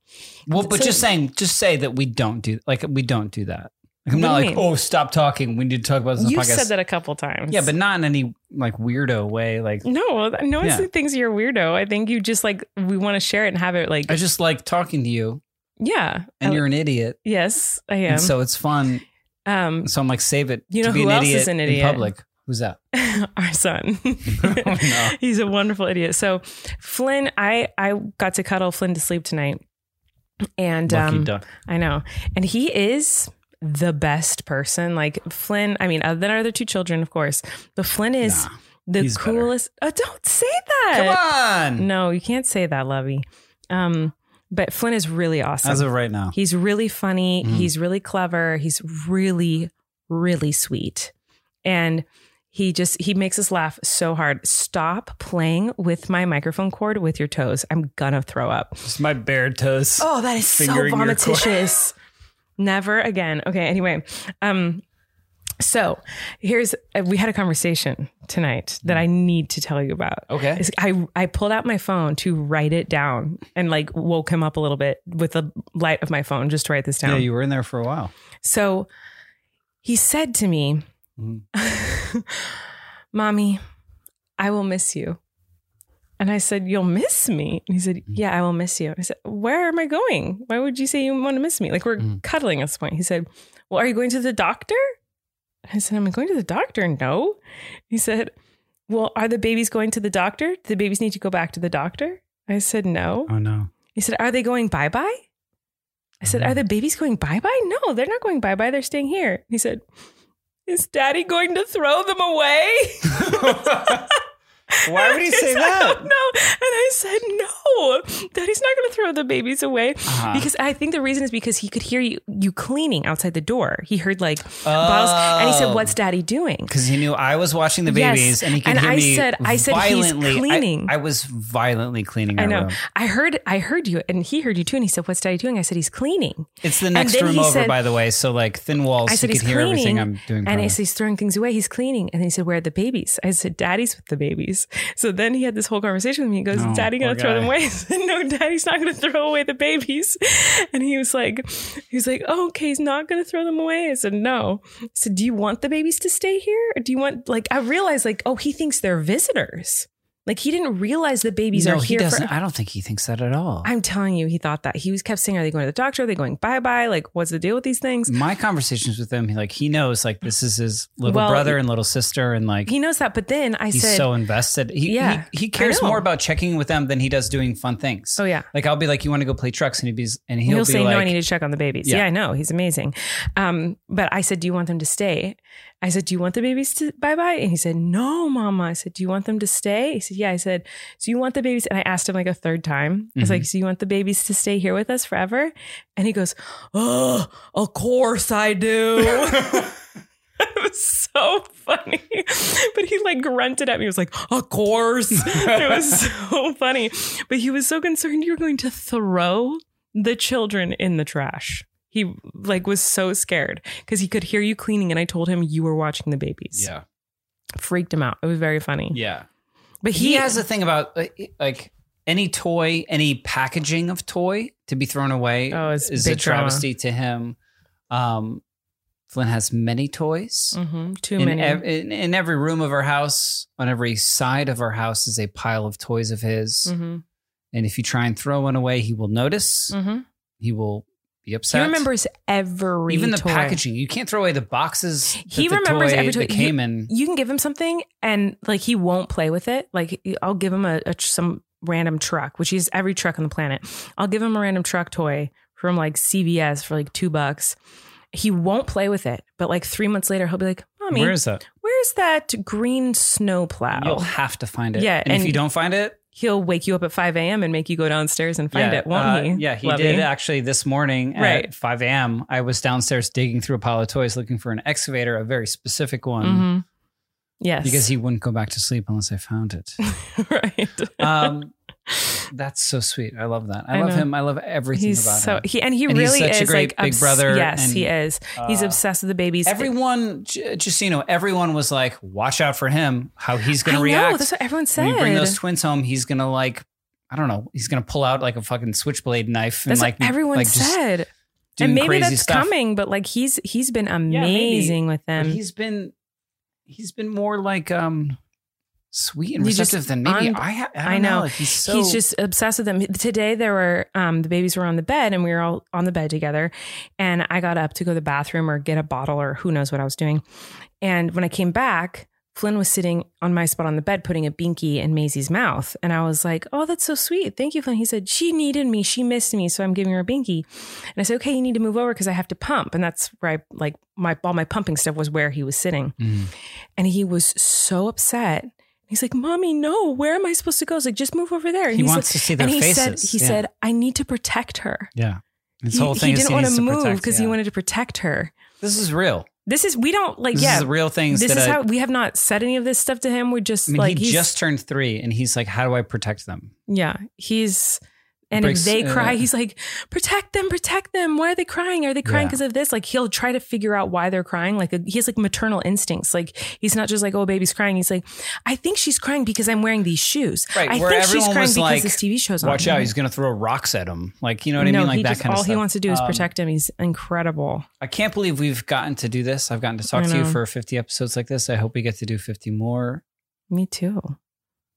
Speaker 8: Well, but
Speaker 2: So-
Speaker 8: just saying, just say that we don't do like we don't do that. Like,
Speaker 2: What do
Speaker 8: I'm
Speaker 2: you
Speaker 8: not like,
Speaker 2: mean?
Speaker 8: oh, stop talking. We need to talk about this. on the
Speaker 2: You
Speaker 8: podcast.
Speaker 2: said that a couple times.
Speaker 8: Yeah, but not in any like weirdo way. Like
Speaker 2: no, no one
Speaker 8: Yeah.
Speaker 2: thinks you're a weirdo. I think you just like we want to share it and have it like,
Speaker 8: I just like talking to you,
Speaker 2: yeah,
Speaker 8: and
Speaker 2: I-
Speaker 8: you're an idiot,
Speaker 2: yes, I am.
Speaker 8: and so it's fun.
Speaker 2: um,
Speaker 8: So I'm like, save it.
Speaker 2: You
Speaker 8: to
Speaker 2: know
Speaker 8: be
Speaker 2: who
Speaker 8: an
Speaker 2: else
Speaker 8: idiot
Speaker 2: is an
Speaker 8: in
Speaker 2: idiot?
Speaker 8: public? Who's that?
Speaker 2: our son.
Speaker 8: Oh, no.
Speaker 2: He's a wonderful idiot. So Flynn, I I got to cuddle Flynn to sleep tonight. And
Speaker 8: Lucky
Speaker 2: um
Speaker 8: duck.
Speaker 2: I know. And he is the best person. Like Flynn, I mean, other than our other two children, of course, but Flynn is
Speaker 8: Nah,
Speaker 2: the
Speaker 8: he's better.
Speaker 2: coolest. Oh, don't say that.
Speaker 8: Come on.
Speaker 2: No, you can't say that, Lovey. Um, but Flynn is really awesome.
Speaker 8: As of right now,
Speaker 2: He's really funny.
Speaker 8: Mhm.
Speaker 2: He's really clever. He's really, really sweet. And he just he makes us laugh so hard. Stop playing with my microphone cord with your toes. I'm gonna throw up.
Speaker 8: just my bare toes.
Speaker 2: Oh, that is so
Speaker 8: Fingering your cord.
Speaker 2: vomititious. Never again. Okay, anyway. Um so here's uh, we had a conversation tonight
Speaker 8: Mm.
Speaker 2: that I need to tell you about.
Speaker 8: Okay.
Speaker 2: Oh, It's- I, I pulled out my phone to write it down and like woke him up a little bit with the light of my phone just to write this
Speaker 8: Yeah,
Speaker 2: down.
Speaker 8: you were in there for a while.
Speaker 2: so he said to me,
Speaker 8: Mhm.
Speaker 2: Mommy, I will miss you. And I said, You'll miss me. And he said, Yeah, I will miss you. And I said, Where am I going? Why would you say you want to miss me? Like we're
Speaker 8: Mhm.
Speaker 2: cuddling at this point. He said, Well, are you going to the doctor? I said, Am I going to the doctor? No. He said, Well, are the babies going to the doctor? Do the babies need to go back to the doctor? I said, No.
Speaker 8: Oh no.
Speaker 2: He said, Are they going bye bye? I said,
Speaker 3: Mm.
Speaker 2: Are the babies going bye bye? No, they're not going bye bye. They're staying here. He said, Is daddy going to throw them away?
Speaker 3: Why would he say
Speaker 2: No.
Speaker 3: that?
Speaker 2: And I said, No, daddy's not going to throw the babies away.
Speaker 3: Uh-huh.
Speaker 2: Because I think the reason is because he could hear you, you cleaning outside the door. He heard like bottles. And he said,
Speaker 8: Oh.
Speaker 2: What's daddy doing?
Speaker 8: Because he knew I was watching the
Speaker 2: Yes,
Speaker 8: babies, and he could
Speaker 2: and
Speaker 8: hear
Speaker 2: I
Speaker 8: me.
Speaker 2: said- I said he's
Speaker 8: violently. I-
Speaker 2: cleaning.
Speaker 8: I, was violently cleaning.
Speaker 2: I
Speaker 8: our
Speaker 2: know.
Speaker 8: room.
Speaker 2: I heard I heard you and he heard you too. And he said, What's daddy doing? I said, He's cleaning.
Speaker 8: It's the next
Speaker 2: then
Speaker 8: room
Speaker 2: he
Speaker 8: over,
Speaker 2: said-
Speaker 8: by the way. So like thin walls,
Speaker 2: I
Speaker 8: you
Speaker 2: said,
Speaker 8: could
Speaker 2: he's
Speaker 8: hear everything
Speaker 2: cleaning,
Speaker 8: I'm doing.
Speaker 2: And
Speaker 8: from
Speaker 2: he
Speaker 8: it.
Speaker 2: said, he's throwing things away. He's cleaning. And then he said, Where are the babies? I said, Daddy's with the babies. So then he had this whole conversation with me. He goes,
Speaker 8: Oh,
Speaker 2: Daddy gonna
Speaker 8: poor
Speaker 2: throw
Speaker 8: guy.
Speaker 2: them away? I said, No, Daddy's not gonna throw away the babies. And he was like, he was like, oh, okay, he's not gonna throw them away. I said, No. I said, Do you want the babies to stay here? Or do you want like I realized like, oh, he thinks they're visitors. Like he didn't realize the babies
Speaker 3: no,
Speaker 2: are
Speaker 3: he
Speaker 2: here.
Speaker 3: doesn't.
Speaker 2: For,
Speaker 3: I don't think he thinks that at all.
Speaker 2: I'm telling you, he thought that he was kept saying, "Are they going to the doctor? Are they going bye bye? Like, what's the deal with these things?"
Speaker 3: my conversations with him, he, like he knows like this is his little
Speaker 2: Well,
Speaker 3: brother and little sister, and like
Speaker 2: He knows that, but then I
Speaker 3: he's
Speaker 2: said,
Speaker 3: so invested. He,
Speaker 2: Yeah,
Speaker 3: he he cares
Speaker 2: know.
Speaker 3: more about checking with them than he does doing fun things.
Speaker 2: "Oh yeah."
Speaker 3: Like I'll be like, you want to go play trucks, and he'd be and he'll,
Speaker 2: He'll,
Speaker 3: be
Speaker 2: say,
Speaker 3: like,
Speaker 2: "No, I need to check on the babies." Yeah,
Speaker 3: Yeah.
Speaker 2: I know he's amazing. Um, but I said, "Do you want them to stay?" I said, "Do you want the babies to bye bye?" And he said, "No, Mama." I said, "Do you want them to stay?" He said, "Yeah." I said, "So you want the babies?" And I asked him like a third time. I was
Speaker 3: Mm-hmm.
Speaker 2: like, "So you want the babies to stay here with us forever?" And he goes, "Oh, of course I do." It was so funny. But he like grunted at me. He was like, Of course. it was so funny. But he was so concerned you were going to throw the children in the trash. He like was so scared because he could hear you cleaning, and I told him you were watching the babies.
Speaker 3: Yeah,
Speaker 2: Freaked him out. It was very funny.
Speaker 3: yeah.
Speaker 2: But
Speaker 3: He has a thing about uh, like any toy, any packaging of toy to be thrown away
Speaker 2: Oh, it's
Speaker 3: is a
Speaker 2: big drama.
Speaker 3: travesty to him. Um, Flynn has many toys.
Speaker 2: Mhm. too
Speaker 3: In,
Speaker 2: many.
Speaker 3: ev- in, in every room of our house, on every side of our house, is a pile of toys of his.
Speaker 2: hmm
Speaker 3: And if you try and throw one away, he will notice.
Speaker 2: hmm
Speaker 3: He will be upset.
Speaker 2: He remembers every
Speaker 3: even the
Speaker 2: toy.
Speaker 3: packaging. You can't throw away the boxes. that
Speaker 2: He
Speaker 3: the
Speaker 2: remembers
Speaker 3: toy
Speaker 2: every toy.
Speaker 3: that
Speaker 2: You-
Speaker 3: came in.
Speaker 2: you can give him something and like he won't play with it. Like I'll give him a, a some random truck, which is every truck on the planet. I'll give him a random truck toy from like CVS for like two bucks. He won't play with it, but like three months later, he'll be like, "Mommy,
Speaker 3: Where is that?
Speaker 2: where's that green snow plow?"
Speaker 3: You'll have to find it.
Speaker 2: Yeah,
Speaker 3: and,
Speaker 2: and-
Speaker 3: if you don't find it,
Speaker 2: He'll wake you up at five a.m. and make you go downstairs and find
Speaker 3: yeah,
Speaker 2: it, won't
Speaker 3: uh,
Speaker 2: he?
Speaker 3: Yeah, he
Speaker 2: Lovey?
Speaker 3: did actually this morning
Speaker 2: Right.
Speaker 3: at 5 a.m. I was downstairs digging through a pile of toys looking for an excavator, a very specific one,
Speaker 2: Mhm. Yes,
Speaker 3: Mm-hmm. because he wouldn't go back to sleep unless I found it.
Speaker 2: right.
Speaker 3: um, that's so sweet. I love that. I,
Speaker 2: I
Speaker 3: love
Speaker 2: know.
Speaker 3: him. I love everything
Speaker 2: He's
Speaker 3: about
Speaker 2: so
Speaker 3: him.
Speaker 2: he and he
Speaker 3: And he's
Speaker 2: really
Speaker 3: such a
Speaker 2: is
Speaker 3: great
Speaker 2: like
Speaker 3: big brother
Speaker 2: Yes,
Speaker 3: and,
Speaker 2: he is. He's
Speaker 3: uh,
Speaker 2: obsessed with the babies.
Speaker 3: Everyone, j- just so you know, everyone was like, "Watch out for him! How he's going
Speaker 2: I
Speaker 3: to
Speaker 2: know,
Speaker 3: react?"
Speaker 2: that's what everyone
Speaker 3: when you bring
Speaker 2: said.
Speaker 3: those twins home, he's gonna like, I don't know, he's gonna pull out like a fucking switchblade knife and
Speaker 2: That's
Speaker 3: like
Speaker 2: what everyone
Speaker 3: like, just
Speaker 2: said.
Speaker 3: doing
Speaker 2: and maybe
Speaker 3: crazy
Speaker 2: that's
Speaker 3: stuff.
Speaker 2: coming, but like he's he's been
Speaker 3: maybe.
Speaker 2: amazing with
Speaker 3: But
Speaker 2: them.
Speaker 3: he's been he's been more like um sweet and
Speaker 2: You just-
Speaker 3: receptive than maybe
Speaker 2: I'm-
Speaker 3: I. Ha- I, don't
Speaker 2: I know.
Speaker 3: Like, he's so
Speaker 2: he's just obsessed with them. Today there were um, the babies were on the bed and we were all on the bed together. And I got up to go to the bathroom or get a bottle or who knows what I was doing. And when I came back, Flynn was sitting on my spot on the bed putting a binky in Maisie's mouth. And I was like, Oh, that's so sweet. Thank you, Flynn. He said, She needed me. She missed me. So I'm giving her a binky. And I said, Okay, you need to move over because I have to pump. And that's where I like my all my pumping stuff was where he was sitting.
Speaker 3: Mhm.
Speaker 2: And he was so upset. He's like, Mommy, no, where am I supposed to go? I was like, just move over there. And
Speaker 3: he
Speaker 2: he's
Speaker 3: wants
Speaker 2: like-
Speaker 3: to see their
Speaker 2: and he
Speaker 3: faces.
Speaker 2: said, he
Speaker 3: yeah.
Speaker 2: said, I need to protect her.
Speaker 3: yeah. This
Speaker 2: He,
Speaker 3: whole
Speaker 2: he
Speaker 3: thing is
Speaker 2: didn't want
Speaker 3: needs
Speaker 2: to move
Speaker 3: protect,
Speaker 2: because
Speaker 3: yeah.
Speaker 2: he wanted to protect her.
Speaker 3: This is real.
Speaker 2: This is, we don't like,
Speaker 3: This
Speaker 2: yeah,
Speaker 3: is the real things
Speaker 2: this
Speaker 3: that
Speaker 2: is
Speaker 3: I,
Speaker 2: how we have not said any of this stuff to him. We're just
Speaker 3: I mean,
Speaker 2: like,
Speaker 3: he
Speaker 2: he's-
Speaker 3: just turned three, and he's like, "How do I protect them?"
Speaker 2: yeah, he's, and
Speaker 3: Breaks-
Speaker 2: if they
Speaker 3: uh,
Speaker 2: cry, he's like, protect them, protect them. Why are they crying? Are they crying
Speaker 3: Yeah.
Speaker 2: because of this? Like, he'll try to figure out why they're crying. Like, he has like maternal instincts. Like, he's not just like, oh, baby's crying. He's like, I think she's crying because I'm wearing these shoes.
Speaker 3: Right,
Speaker 2: I
Speaker 3: where
Speaker 2: think she's
Speaker 3: everyone
Speaker 2: crying
Speaker 3: was
Speaker 2: because
Speaker 3: like,
Speaker 2: this TV show's
Speaker 3: Watch
Speaker 2: on.
Speaker 3: out! He's gonna throw rocks at him. Like you know what I mean? Like
Speaker 2: he
Speaker 3: that
Speaker 2: just,
Speaker 3: kind of
Speaker 2: all
Speaker 3: stuff.
Speaker 2: he wants to do is
Speaker 3: Um,
Speaker 2: protect him. He's incredible.
Speaker 3: I can't believe we've gotten to do this. I've gotten to talk
Speaker 2: I
Speaker 3: to you
Speaker 2: know.
Speaker 3: for 50 episodes like this. I hope we get to do 50 more.
Speaker 2: Me too.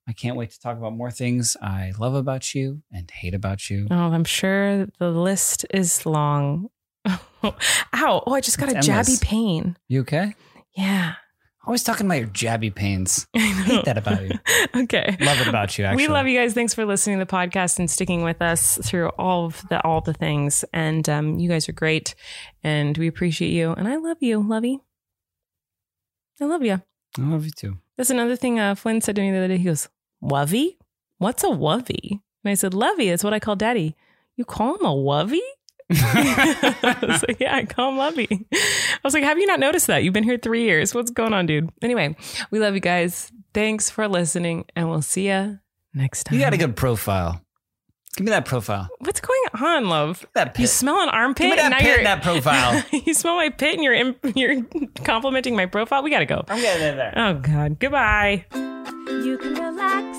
Speaker 3: I can't wait to talk about more things I love about you and hate about you.
Speaker 2: Oh, I'm sure the list is long. Ow. Oh, I just got
Speaker 3: It's
Speaker 2: a
Speaker 3: endless.
Speaker 2: jabby pain.
Speaker 3: You okay?
Speaker 2: Yeah.
Speaker 3: Always talking about your jabby pains.
Speaker 2: I
Speaker 3: Hate that about you.
Speaker 2: okay.
Speaker 3: Love it about you, actually.
Speaker 2: We love you guys. Thanks for listening to the podcast and sticking with us through all of the all the things. And um, you guys are great, and we appreciate you. And I love you, Lovey. I love you.
Speaker 3: I love you too.
Speaker 2: That's another thing uh, Flynn said to me the other day. He goes, Wovey? What's a Wovey? And I said, Lovey, that's what I call daddy. You call him a Wovey? I was like, yeah, I call him Lovey. I was like, have you not noticed that? You've been here three years. What's going on, dude? Anyway, we love you guys. Thanks for listening, and we'll see you next time.
Speaker 3: You got a good profile. Give me that profile.
Speaker 2: What's going on, love?
Speaker 3: That pit.
Speaker 2: You smell an armpit?
Speaker 3: Give me
Speaker 2: and
Speaker 3: that
Speaker 2: now
Speaker 3: pit
Speaker 2: you're-
Speaker 3: in that profile.
Speaker 2: you smell my pit, and you're im- you're complimenting my profile. We gotta go.
Speaker 3: I'm getting in there.
Speaker 2: Oh God. Goodbye.
Speaker 1: You can relax.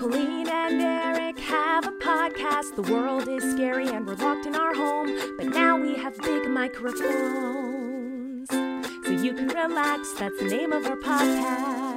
Speaker 1: Colleen and Eric have a podcast. The world is scary and we're locked in our home. But now we have big microphones. So you can relax. That's the name of our podcast.